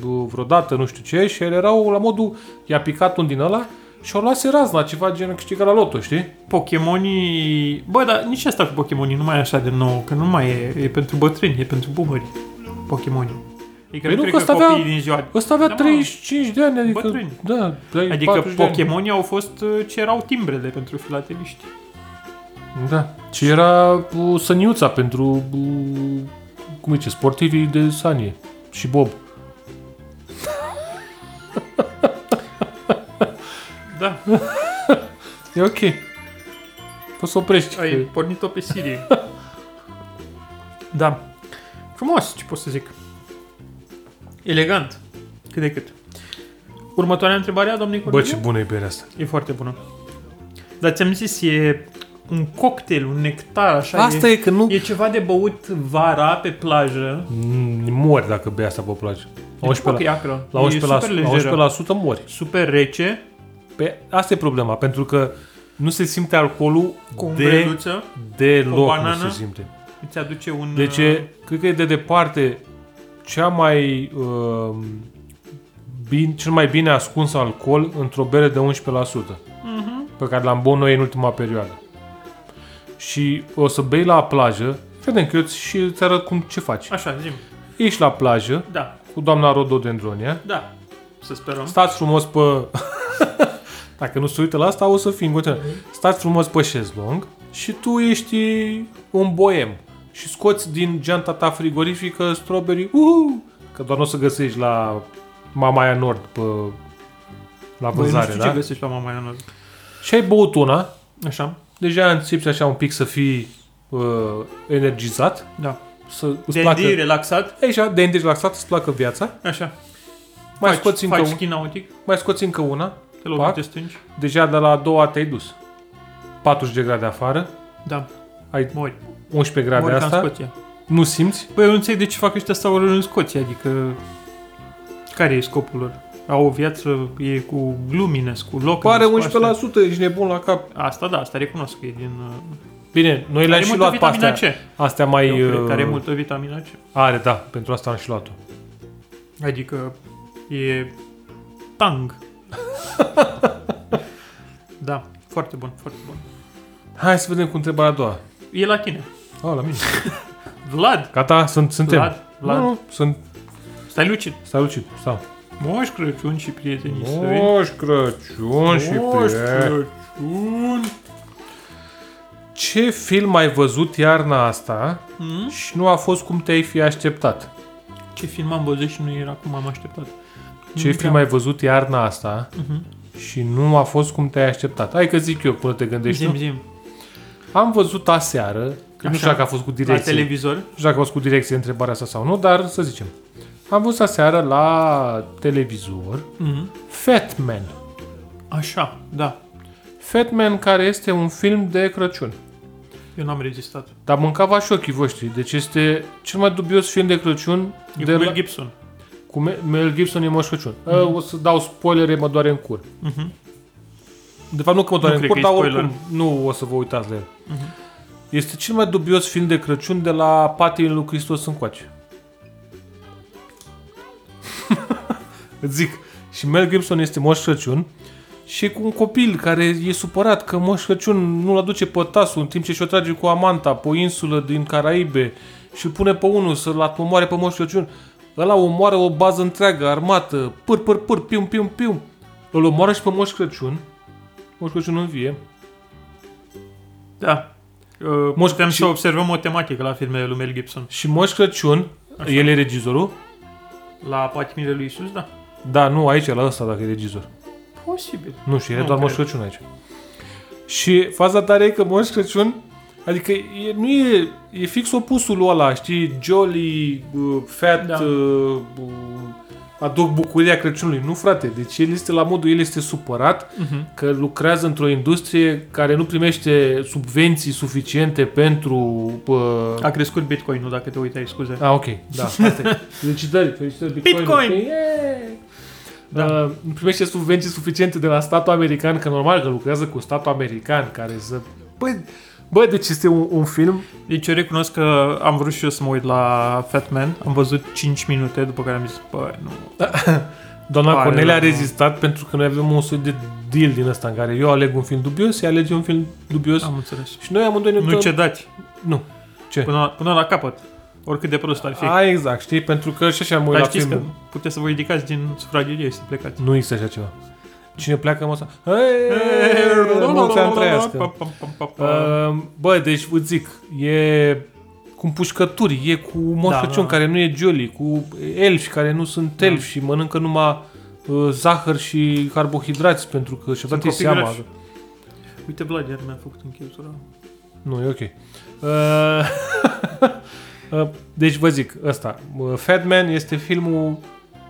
bă, vreodată, nu știu ce, și ele erau la modul, i-a picat un din ăla și au luat se razna, ceva gen câștigat la loto, știi? Pokémonii... Bă, dar nici asta cu Pokémonii nu mai e așa de nou, că nu mai e, e pentru bătrâni, e pentru boomeri. Pokémonii. Adică Păi nu cred nu, că că ăsta avea- copiii din ziua... Ăsta avea Da, mă. 35 de ani, adică... Bătrâni. Da, dai Adică 40 de ani. Pokémonii au fost uh, ce erau timbrele pentru filateliști. Da. Și era bu, săniuța pentru, bu, cum zice, sportivii de sanie și Bob. Da, E ok. Poți să oprești. ai Ai... pornit-o pe Siri. *laughs* da. Frumos, ce pot să zic. Elegant. Cât de cât. Următoarea întrebare a domnului Bă, Corneliu. ce bună e berea asta. E foarte bună. Dar ți-am zis, e un cocktail, un nectar, așa. Asta e, e că nu... e ceva de băut vara pe plajă. Mm, mori dacă bei asta pe plajă. La 11%, e la, acră. la, e 11%, super la, lejeră. 11% mori. Super rece, Pe, asta e problema, pentru că nu se simte alcoolul cu de, umbreluță. o deloc nu banană. se simte. Îți aduce un... uh, Deci, e, cred că e de departe cea mai, uh, bin, cel mai bine ascuns alcool într-o bere de 11%, Mhm. pe care l-am băut noi în ultima perioadă. Și o să bei la plajă, vedem că eu ți- și îți arăt cum ce faci. Așa, zim. Ești la plajă Da, cu doamna Rododendronia, da. Să sperăm. stați frumos pe... *laughs* Dacă nu se uită la asta, o să fii în continuare. Mhm. Stați frumos pe șezlong și tu ești un boem și scoți din geanta ta frigorifică strawberry, uhu, Că doar nu o să găsești la Mamaia Nord pe, la Băi, nu vânzare, știu da? ce găsești la mama Ianor. Și ai băut una, Așa? deja începi așa un pic să fii uh, energizat, Da. să îți Dendi, placă... relaxat. Ei, așa, de relaxat, îți placă viața. Așa. Mai faci, scoți, încă faci un, schi nautic, mai scoți încă una. te lovi, Pac. te stângi. Deja de la a doua te-ai dus. 40 de grade afară, Da, ai mori. 11 grade Mori ca în asta, Scoția. nu simți. Păi eu nu înțeleg de ce fac ăștia sau în Scoția, adică... Care e scopul lor? Au o viață, e cu lumină, cu loc. Pare cu 11%, ești nebun la cap. astea. Asta da, asta recunosc că e din... uh, Bine, noi Are le-am Păi și multă luat pe vitamina astea. C. Astea mai... Eu cred că are uh, multă vitamina C. Are, da, pentru asta am și luat-o. Adică e *laughs* tang. da, foarte bun, foarte bun. Hai să vedem cu întrebarea a doua. E la tine. Oh, la mine. Vlad, Gata, sunt, suntem. Vlad, Vlad. Nu, nu, sunt, stai lucid. stai lucid, stau. Moș Crăciun și prietenii săi. Moș Crăciun și Moș pe... Crăciun. Ce film ai văzut iarna asta Mm? și nu a fost cum te-ai fi așteptat? Ce film am văzut și nu era cum am așteptat. Ce Da. film ai văzut iarna asta Mhm. și nu a fost cum te-ai așteptat? Hai că zic eu până te gândești. Zim, tu. zim. Am văzut aseară, că Deci nu Așa. știu dacă a fost cu La direcție, televizor. nu știu dacă a fost cu direcție întrebarea asta sau nu, dar să zicem. Am văzut aseară la televizor Mhm. Fat Man. Așa, da. Fat Man care este un film de Crăciun. Eu n-am rezistat. Dar mâncava și ochii voștri. Deci este cel mai dubios film de Crăciun E de cu la... Mel Gibson. cu Me- Mel Gibson e Moș Crăciun. Mm. O să dau spoilere, mă doare în cur. Mhm. De fapt nu că mă doare Nu în cred cur, că e dar oricum spoiler. Mhm. nu o să vă uitați la el. Este cel mai dubios film de Crăciun de la Patii lui *laughs* Hristos încoace. Îți zic. Și Mel Gibson este Moș Crăciun și e cu un copil care e supărat că Moș Crăciun nu-l aduce pe tasul în timp ce și-o trage cu amanta pe o insulă din Caraibe și îl pune pe unul să-l atomoare pe Moș Crăciun. Ăla omoară o bază întreagă, armată, pâr, pâr, pâr, pium, pium, pium. Îl omoară și pe Moș Crăciun. Moș Crăciun în vie. Da. Uh, Moș- putem și- să observăm o tematică la filmele lui Mel Gibson. Și Moș Crăciun, Așa. el e regizorul, La patimile lui Isus, da. Da, nu, aici, la ăsta, dacă e regizor. Posibil. Nu știu, era Nu doar cred. Moș Crăciun aici. Și faza tare e că Moș Crăciun, adică e, nu e, e fix opusul lui ăla, știi, jolly, uh, fat, Da. da. uh, uh, aduc bucuria Crăciunului. Nu, frate, deci el este la modul, el este supărat Uh-huh. că lucrează într-o industrie care nu primește subvenții suficiente pentru... Uh, A crescut Bitcoin-ul, dacă te uitai, scuze. Ah, ok, da. asta e. *laughs* Felicitări, felicitări Bitcoin. Bitcoin! Da. Uh, nu primește subvenții suficiente de la statul american, că normal că lucrează cu statul american care să... Băi, bă, deci este un, un film... Deci eu recunosc că am vrut și eu să mă uit la Fat Man. Am văzut 5 minute, după care am zis, bă, nu. Doamna Pare Pare Cornelia a rău. rezistat pentru că noi avem un soi de deal din ăsta în care eu aleg un film dubios, ea alege un film dubios Am înțeles. și noi amândoi ne Nu uităm- cedați Nu. Ce? până, la- până la capăt. Oricât de prost ar fi. A, exact, știi? Pentru că și așa mă uit Dar la știți că film. puteți să vă ridicați din sufragerie și să plecați. Nu există așa ceva. Cine pleacă, mă să... Hei, mulți ani trăiască. Pam, pam, pam, pam, pam. Uh, Bă, deci îți zic, e cu împușcături, e cu Moș Da, Crăciun da. care nu e jolly, cu elfi care nu sunt elfi și mănâncă numai uh, zahăr și carbohidrați pentru că și-a dat ei copii seama. grași. Uite, Vlad iar mi-a făcut închiusura. Nu, e ok. Uh, *laughs* uh, deci vă zic, ăsta, uh, Fat Man este filmul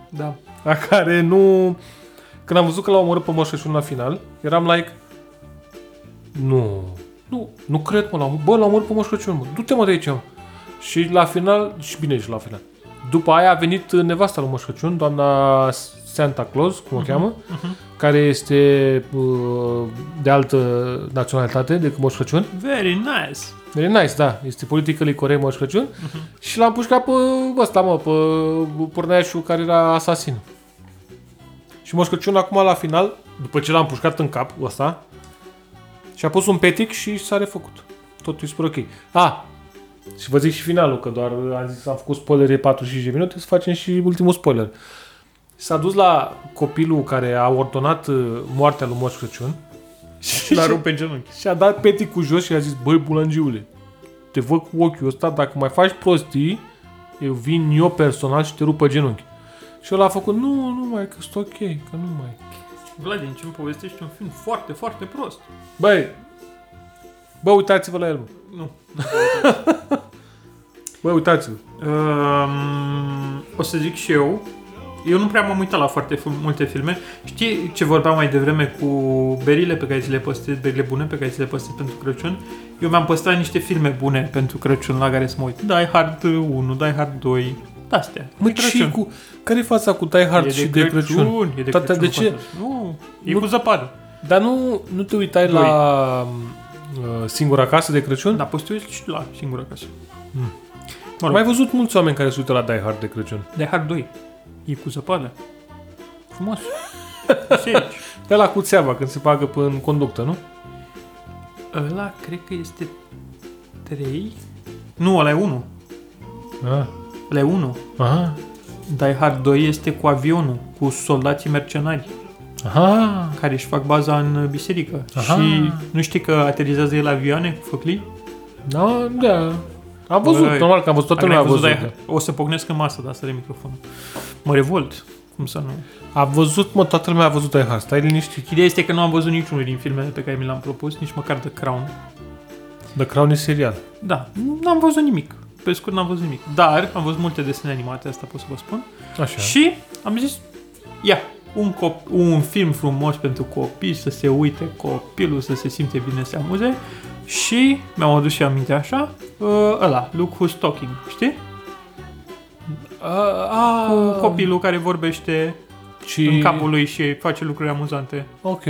Da. la care nu... Când am văzut că l-au omorât pe Moș Crăciun la final, eram like... Nu, nu, nu cred, mă, l-au, bă, l-au omorât pe Moș Crăciun, mă, du-te, mă, de aici, mă. Și la final, și bine, și la final. După aia a venit uh, nevasta lui Moș Crăciun, doamna Santa Claus, cum o cheamă, care este uh, de altă naționalitate decât Moș Crăciun. Very nice. E nice, da, este politically corect Moș Crăciun. Și l-am pușcat pe ăsta, mă, pe porneașul care era asasin. Și Moș Crăciun acum la final, după ce l-am pușcat în cap ăsta, și-a pus un petic și s-a refăcut. Totul e super ok. A, și vă zic și finalul, că doar am zis, am făcut spoilere 45 de minute, să facem și ultimul spoiler. S-a dus la copilul care a ordonat uh, moartea lui Moș Crăciun Și l-a rupt pe genunchi. *laughs* și a dat peticul jos și a zis, băi, bulangiule, te văd cu ochiul ăsta, dacă mai faci prostii, eu vin eu personal și te rup pe genunchi. Și ăla a făcut, nu, nu mai, că sunt ok, că nu mai. Vladin, ce-mi povestești un film foarte, foarte prost. Băi, bă, uitați-vă la el, bă. *laughs* Nu. Bă, uitați-vă. Um, o să zic și eu. Eu nu prea m-am uitat la foarte fil- multe filme. Știi ce vorbeam mai devreme cu berile pe care ți le păstrez, berile bune pe care ți le păstrez pentru Crăciun? Eu mi-am păstrat niște filme bune pentru Crăciun la care să mă uit. Die Hard 1, Die Hard 2, astea. Mă, E Crăciun. și cu... Care-i fața cu Die Hard E și Păi, de Crăciun? E de Tata, Crăciun. de ce? față. Nu, e Nu- cu zăpadă. Dar nu, nu te uitai Doi. la uh, Singura Casă de Crăciun? Dar poți să te uiți și tu la singura acasă. Da, Mă rog. Am mai văzut mulți oameni care se uită la Die Hard de Crăciun. Die Hard 2, e cu zăpadă. *laughs* Frumos. Biserici. De la cu țeava, când se bagă pe în conductă, nu? Ăla cred că este 3. Nu, ăla e 1. Ah. Ăla e 1. Aha. Die Hard 2 este cu avionul, cu soldații mercenari Aha. care își fac baza în biserică. Aha. Și nu știi că aterizează el avioane cu făclii? Da, da. Am văzut, Băi, normal că am văzut, toată Dacă lumea a n-ai văzut. da. Die Hard- O să pocnesc în masă, dar să de microfon. Mă revolt. Cum să nu? Am da. văzut, mă, toată lumea a văzut Die Hard, stai liniștit. Ideea este că nu am văzut niciunul din filmele pe care mi l-am propus, nici măcar The Crown. The Crown e serial. Da, n-am văzut nimic. Pe scurt, n-am văzut nimic. Dar am văzut multe desene animate, asta pot să vă spun. Așa. Și am zis, ia, un, cop- un film frumos pentru copii, să se uite copilul, să se simte bine, să se amuze. Și mi-am adus și aminte așa, uh, ăla, Look Who's Talking, știi? a, a, Cu copilul care vorbește Ah. și... în capul lui și face lucruri amuzante. Ok.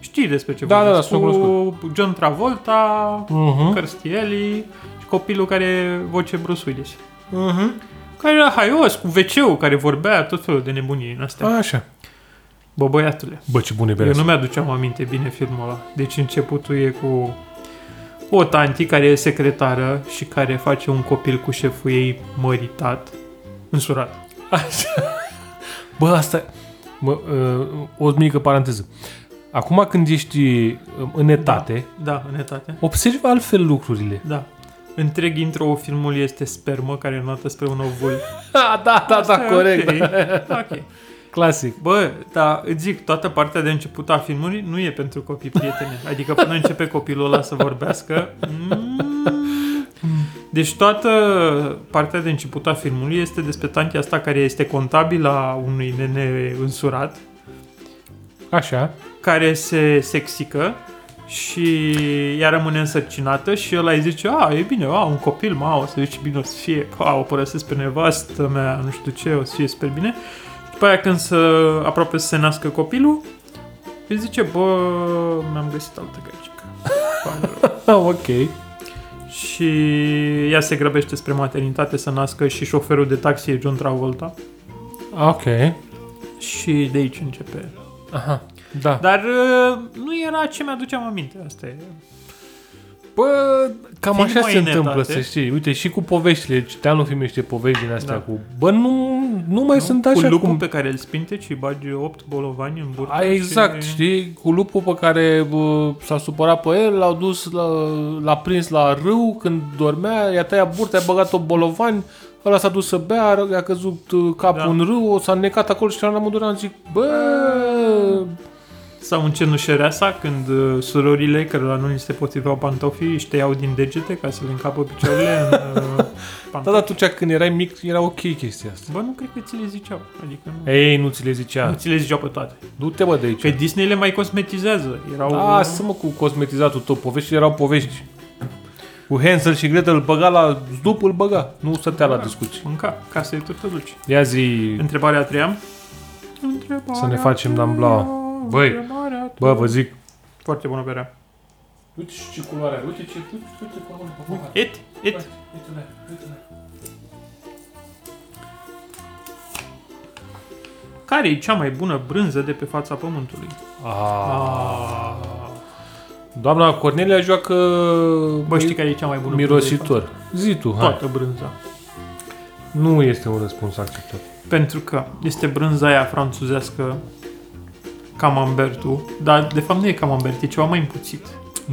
Știi despre ce Da, da, da, vorbesc, sunt cu John Travolta, Mhm. Cărstieli și copilul care voce Bruce Willis. Mhm. Care era haios, cu wc care vorbea tot felul de nebunii în astea. Așa. Bă, băiatule, Bă, ce bune Da. eu bere. nu mi-aduceam aminte bine filmul ăla. Deci începutul e cu o tanti care e secretară și care face un copil cu șeful ei măritat, însurat. Așa. Bă, asta... Mă, uh, o mică paranteză. Acum când ești uh, în etate, Da, în etate. observi *laughs* altfel lucrurile. Da. Întreg intro filmul este spermă care înoată spre un ovul. Da, da, da, Asta e ok. Da, ok. Clasic. Bă, dar îți zic, toată partea de început a filmului nu e pentru copii prietene. Adică până începe copilul ăla să vorbească... mm. Deci toată partea de început a filmului este despre tanti asta care este contabil la unui nene însurat, Așa. care se sexică și ea rămâne însărcinată și ăla îi zice, a, e bine, a, un copil, ma, o să zici bine, o să fie, a, o părăsesc pe nevastă mea, nu știu ce, o să fie super bine. Și după aia când să, aproape să se nască copilul, îi zice, bă, mi-am găsit altă gagică. Pare rău. Ah, ok. Și ea se grăbește spre maternitate să nască și șoferul de taxi e John Travolta. Ah, Ok. Și de aici începe. Aha. Da. Dar uh, nu era ce mi-aduceam aminte, asta e. Bă, cam Fiind așa mai se în întâmplă, etate- să știi. Uite, și cu poveștile. Citeam la un film niște povești din astea Da. cu... Bă, nu, nu mai sunt cu așa lupul cum... pe care îl spinte și îi bagi 8 bolovani în burtă. A, exact, și... știi? Cu lupul pe care bă, s-a supărat pe el, l-au dus, la, l-a prins la râu când dormea, i-a tăiat burta, i-a băgat-o bolovan, ăla s-a dus să bea, ră- i-a căzut uh, capul Da. în râu, s-a necat acolo și la Măduran zic, bă, Sau în cenușereasa, când uh, surorile cărora nu li se potriveau pantofii își tăiau din degete ca să le încapă picioarele în *laughs* uh, da, pantofi. da, atunci când erai mic era ok chestia asta. Bă, nu cred că ți le ziceau. Adică nu, Ei, nu ți le zicea. nu ți le ziceau pe toate. Du-te, bă, de Că aici. Disney le mai cosmetizează. Erau... Da, să mă cu cosmetizatul tău, poveștile erau povești. Cu Hansel și Gretel îl băga la zdup, îl băga. Nu stătea la discuții. Mânca, ca să-i tot te duci. Ia zi, Întrebarea a treia. Întrebarea Să ne facem Dan Blau. treia, Băi, întrebarea a bă, treia. vă zic, Foarte bună berea. Uite și ce culoare are, uite ce, uite, uite pe acolo, pe acolo. It, it. Uite-le, uite-le. Care e cea mai bună brânză de pe fața pământului? Aaa. Ah. Doamna Cornelia joacă Bă, știi care e cea mai bună brânză mirositor. Zi tu, de hai. față? Toată brânza. Nu este un răspuns acceptat. Pentru că este brânza aia franțuzească, camambertul, dar de fapt nu e camambert, e ceva mai împuțit.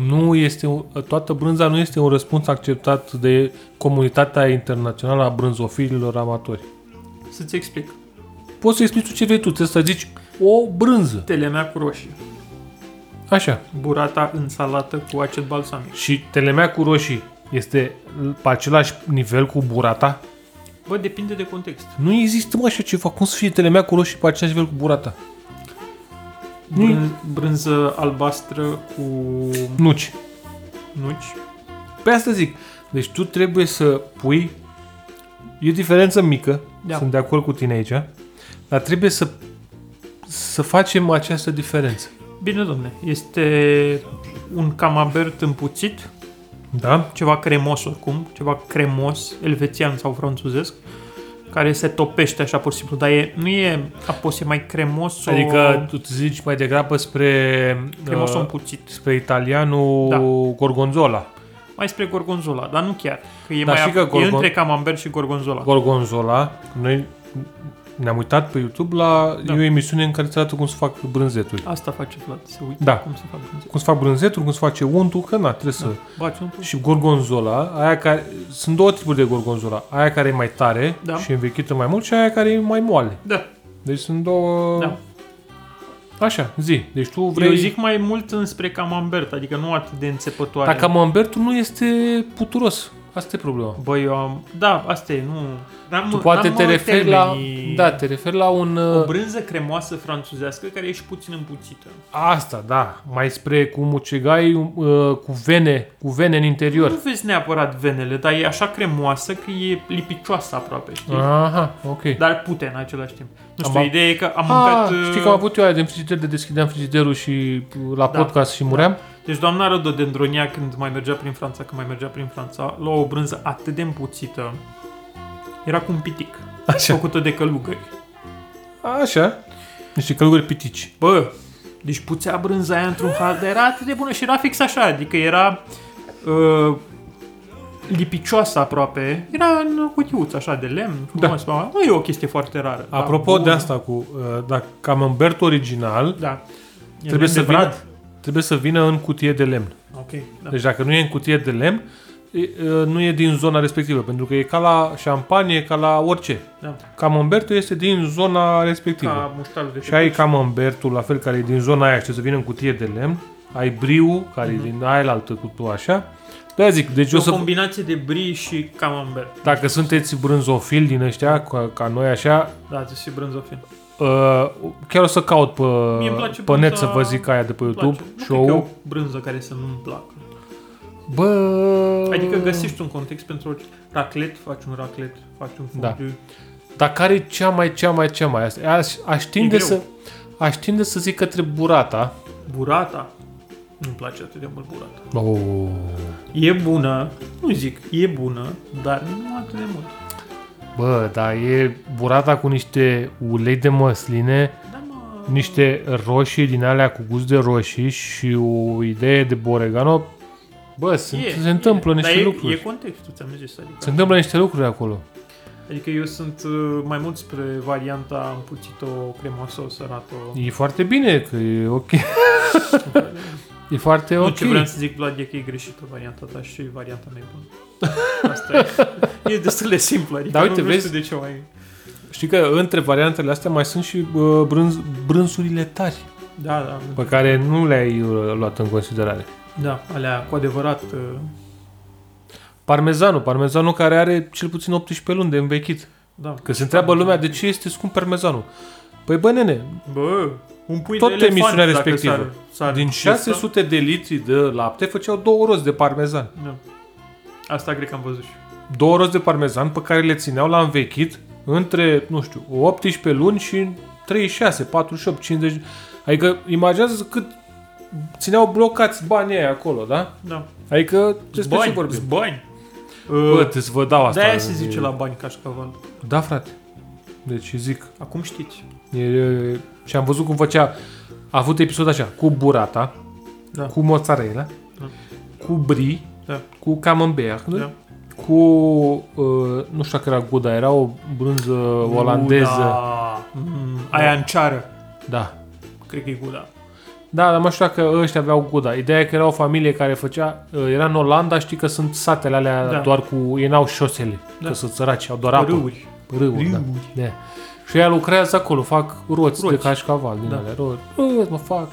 nu este, un- toată brânza nu este un răspuns acceptat de comunitatea internațională a brânzofililor amatori. Să-ți explic. Poți să explici tu ce vrei tu, trebuie să zici o brânză. Telemea cu roșii. Așa. Burata în salată cu acid balsamic. Și telemea cu roșii este pe același nivel cu burata? Bă, depinde de context. Nu există mă așa ceva. Cum să fie telemea cu roșii pe același nivel cu burata? Nu. Brân- brânză albastră cu Nuci. nuci. Pe asta zic. Deci tu trebuie să pui... E o diferență mică, Da. sunt de acord cu tine aici, dar trebuie să, să facem această diferență. Bine, domne, este un camembert împuțit, Da? ceva cremos oricum, ceva cremos, elvețian sau franțuzesc, care se topește așa pur și simplu, dar e, nu e aposie mai cremos, Adică tu te zici mai degrabă spre... cremos uh, împuțit. spre italianul Da. Gorgonzola. Mai spre gorgonzola, dar nu chiar, că e, Dar mai, știi Da, că e gorgon- între camembert și gorgonzola. Gorgonzola, noi ne-am uitat pe YouTube la Da. da. e o emisiune în care îți arată cum se fac brânzeturi. Asta face Vlad, se uită Da. cum se fac brânzeturi. Cum se fac brânzeturi, cum se face untul, că na, trebuie să... Baci un puț. Și gorgonzola, aia care... Sunt două tipuri de gorgonzola. Aia care e mai tare Da. și învechită mai mult și aia care e mai moale. Da, Deci sunt două... da. Așa, zi. Deci tu vrei... Eu zic mai mult înspre camembert, adică nu atât de înțepătoare. Dar camembertul nu este puturos. Asta e problema. Bă, eu am... Da, asta e, nu... N-am, Tu poate n-am te referi la... termenii- Da, te referi la un... O brânză cremoasă franțuzească care e și puțin împuțită. Asta, da. Mai spre cu mucegai uh, cu vene, cu vene în Nu interior. vezi neapărat venele, dar e așa cremoasă că e lipicioasă aproape, știi? Aha, ok. Dar pute în același timp. Nu Ah. Am știu, a- ideea e că Da, am Ah, mâncat... uh, știi că am avut eu aia din frigider de deschideam frigiderul și uh, la Da. podcast și *laughs* muream? Deci doamna Rododendronia, când mai mergea prin Franța, când mai mergea prin Franța, lua o brânză atât de împuțită, era cu un pitic, Așa. făcută de călugări. Așa. Niște călugări pitici. Bă, deci puțea brânza aia într-un hal, dar era atât de bună și era fix așa, adică era uh, lipicioasă aproape, era în cutiuță așa de lemn, frumos, da. nu e o chestie foarte rară. Da, dar Apropo bună. de asta cu uh, da, camembert original, da. E trebuie lemn să, de vină, brad. trebuie să vină în cutie de lemn. Ok, da. Deci dacă nu e în cutie de lemn, e, uh, nu e din zona respectivă, pentru că e ca la șampanie, e ca la orice. da. Camembertul este din zona respectivă. Ca muștarul de Și ai camembertul, la fel, care e din zona aia și să vină în cutie de lemn. Ai briu, care Mhm. e din aia la altă cutie, așa. de zic, deci E o o să... combinație de brie și camembert. Dacă sunteți brânzofili din ăștia, ca, ca noi așa, Da, ți și brânzofin. uh, chiar o să caut pe, Mie îmi place pe net brânza- să vă zic aia de pe Îmi YouTube. place. Nu cred că e Show. o brânză care să nu-mi placă. Bă... Adică găsești un context pentru orice. Raclet, faci un raclet, faci un Da. fondue. Dar care e cea mai, cea mai, cea mai... asta? Aș, aș, tinde, greu. să, aș tinde să zic către burata. Burata. Nu-mi place atât de mult burata. Oh. E bună, nu zic, e bună, dar nu atât de mult. Bă, dar e burata cu niște ulei de măsline, Da, mă, niște roșii din alea cu gust de roșii și o idee de boregano. Bă, sunt, e, se întâmplă e, niște dar lucruri. E, e contextul, ți-am zis, adică. Se întâmplă niște lucruri acolo. Adică eu sunt uh, mai mult spre varianta împuțit-o, cremoasă, sărată. E foarte bine că e ok. *laughs* e foarte Nu, ok. ce vreau să zic, Vlad, e că e greșită varianta ta și varianta mea e bună. *laughs* Asta e. E destul de simplu, adică Dar uite, nu, nu vezi? știu de ce mai... Știi că între variantele astea mai sunt și bă, brânz, brânzurile tari Da, da, pe care nu le-ai uh, luat în considerare. da, alea cu adevărat... uh, Parmezanul, parmezanul care are cel puțin 18 luni de învechit. Da. Că se întreabă lumea de ce este scump parmezanul. Păi bă, nene, Bă, un pui Tot de elefant, emisiunea dacă respectivă. S-ar, s-ar Din testa. 600 de litri de lapte făceau două roți de parmezan. Da. Asta cred că am văzut și. eu. Două roți de parmezan pe care le țineau la învechit între, nu știu, 18 luni și 36, 48, 50... Adică imaginează cât țineau blocați banii aia acolo, da? Da. Adică despre ce Bani, vorbim? bani. Bă, trebuie să vă dau asta. de-aia se zice la bani cașcaval. Da, frate. Deci zic, Acum știți. E, și am văzut cum făcea... A avut episod așa, cu burata, Da. cu mozzarella, Da. cu brie, Da. cu camembert, Da. cu... Uh, nu știu dacă era Gouda, era o brânză olandeză. Guda. Mm, aia în ceară. Da. Cred că e Guda. Da, dar mă știu dacă ăștia aveau Gouda. Ideea e că era o familie care făcea... uh, Era în Olanda, știi că sunt satele alea Da. da. doar cu... Ei n-au șosele, Da. da. că sunt săraci, au doar apă. Râuri. Râuri, da. Râuri. da. Și ea lucrează acolo, fac roți, Roți. de cașcaval din Da. da. alea. Roți, roți, mă fac.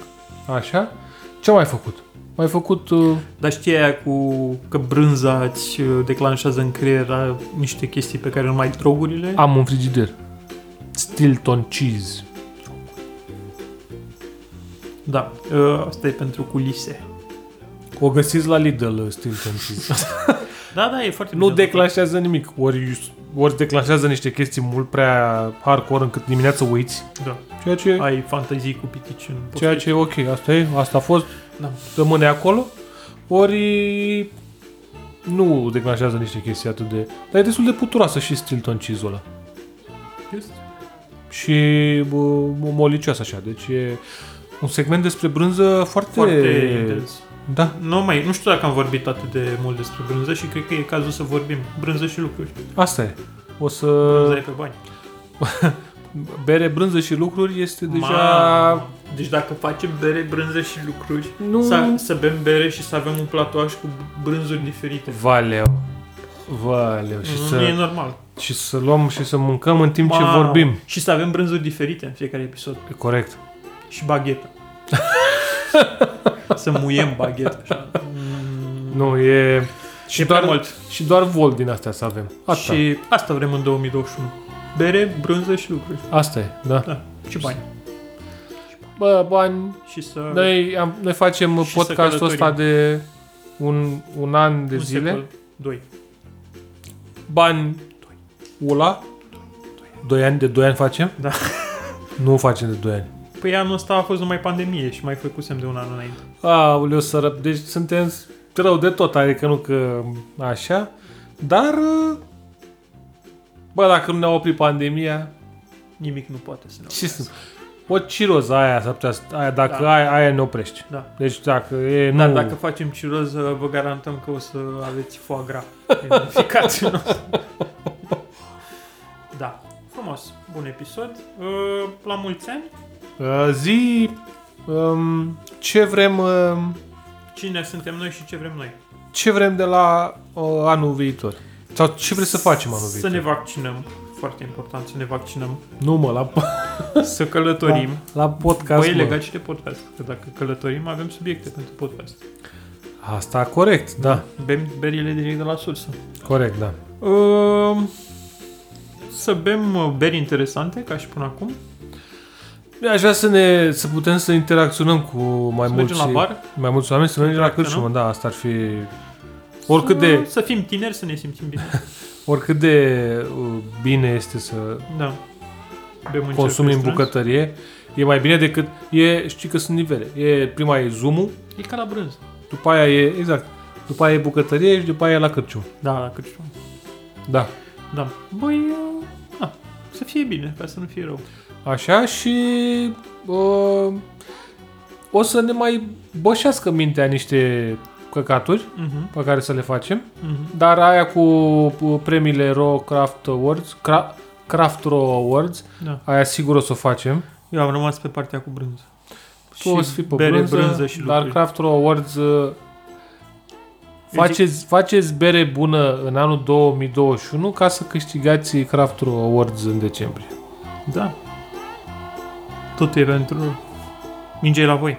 Așa. Ce am mai făcut? Mai făcut... Uh, Dar știi aia cu că brânza îți uh, declanșează în creier uh, niște chestii pe care nu mai ai drogurile? am un frigider. Stilton cheese. Da, uh, asta e pentru culise. O găsiți la Lidl, uh, Stilton cheese. Da, da, e foarte nu bine. declanșează nimic. Ori, ori declanșează niște chestii mult prea hardcore încât dimineața uiți. Da. Ceea ce... Ai fantazii cu pitici în Ceea poftă. ce e ok, asta e, asta a fost, Da. rămâne acolo, ori nu declanșează niște chestii atât de... Dar e destul de puturoasă și Stilton cheese ăla. Și bă, molicioasă așa, deci e un segment despre brânză foarte... Foarte intens. Da, Nu, mai, nu știu dacă am vorbit atât de mult despre brânză și cred că e cazul să vorbim brânză și lucruri. asta e. O să... Brânza e pe bani. Bere, brânză și lucruri este deja... Mamă. Deci dacă facem bere, brânză și lucruri, Nu. să, să bem bere și să avem un platoaș cu brânzuri diferite. Valeu. Valeu. Și, nu e să, normal. și să luăm și să mâncăm în timp ce Mamă. vorbim. Și să avem brânzuri diferite în fiecare episod. E corect. Și baghetă. *laughs* să muiem baghetă așa. Nu, e... Și doar mult. Și doar vol din astea să avem. Asta, și... Și asta vrem în 2021. Bere, brânză și lucruri. asta e, da. Da. Și bani. Bă, bani, Și să... noi, am, noi facem Și să podcastul călătorim. ăsta de un, un an de un zile. secol, Doi. Bani, ula, 2 ani, de 2 ani facem? Da. nu facem de 2 ani. Păi anul ăsta a fost numai pandemie și mai făcusem de un an înainte. Aoleu, sără, deci suntem rău de tot, adică nu că așa, dar... Bă, dacă nu ne-a oprit pandemia, Nimic nu poate să ne ce să... O ciroza aia, s-ar putea, să- aia dacă Da. da. aia, aia ne oprește. Da. Deci dacă e, nu... Dar dacă facem ciroză, vă garantăm că o să aveți foie gras în ficatul nostru. *laughs* Da. Frumos. Bun episod. Uh, La mulți ani. Uh, zi um, ce vrem uh, Cine suntem noi și ce vrem noi? ce vrem de la uh, anul viitor. Sau ce vrei să facem anul Să viitor? ne vaccinăm. Foarte important să ne vaccinăm. Nu mă, la, Să călătorim. la, la podcast, Băi, mă. legat și de podcast. Că dacă călătorim, avem subiecte pentru podcast. Asta corect, da. Bem berile direct de la sursă. Corect, da. Uh, Să bem uh, beri interesante, ca și până acum. Aș vrea să, ne, să putem să interacționăm cu mai Să mulți, mergem la bar. mai mulți oameni, să mergem la Interacționăm. cârciumă, da, asta ar fi... Oricât de, Să fim tineri, să ne simțim bine. *laughs* oricât de uh, bine este să Da. Bem un consumi cer în pe strâns. bucătărie, e mai bine decât... E, știi că sunt nivele. E, prima e zoom E ca la brânză. După aia e, exact, după aia e bucătărie și după aia e la Cârciun. Da, la Crăciun. Da. Da. Băi, uh, da. Să fie bine, ca să nu fie rău. Așa și uh, o să ne mai bășească mintea niște căcaturi Mhm, pe care să le facem, mhm. dar aia cu uh, premiile Raw Craft Awards, Cra- Craft Raw Awards, Da. aia sigur o să o facem. Eu am rămas pe partea cu brânză. Tu o să fii pe bere, brânză, brânză și dar lucruri. Deci- Craft Raw Awards uh, Eu Faceți, faceți bere bună în anul 2021 ca să câștigați Craft Raw Awards în decembrie. Da. Tot e pentru... Mingea e la voi.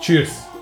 Cheers!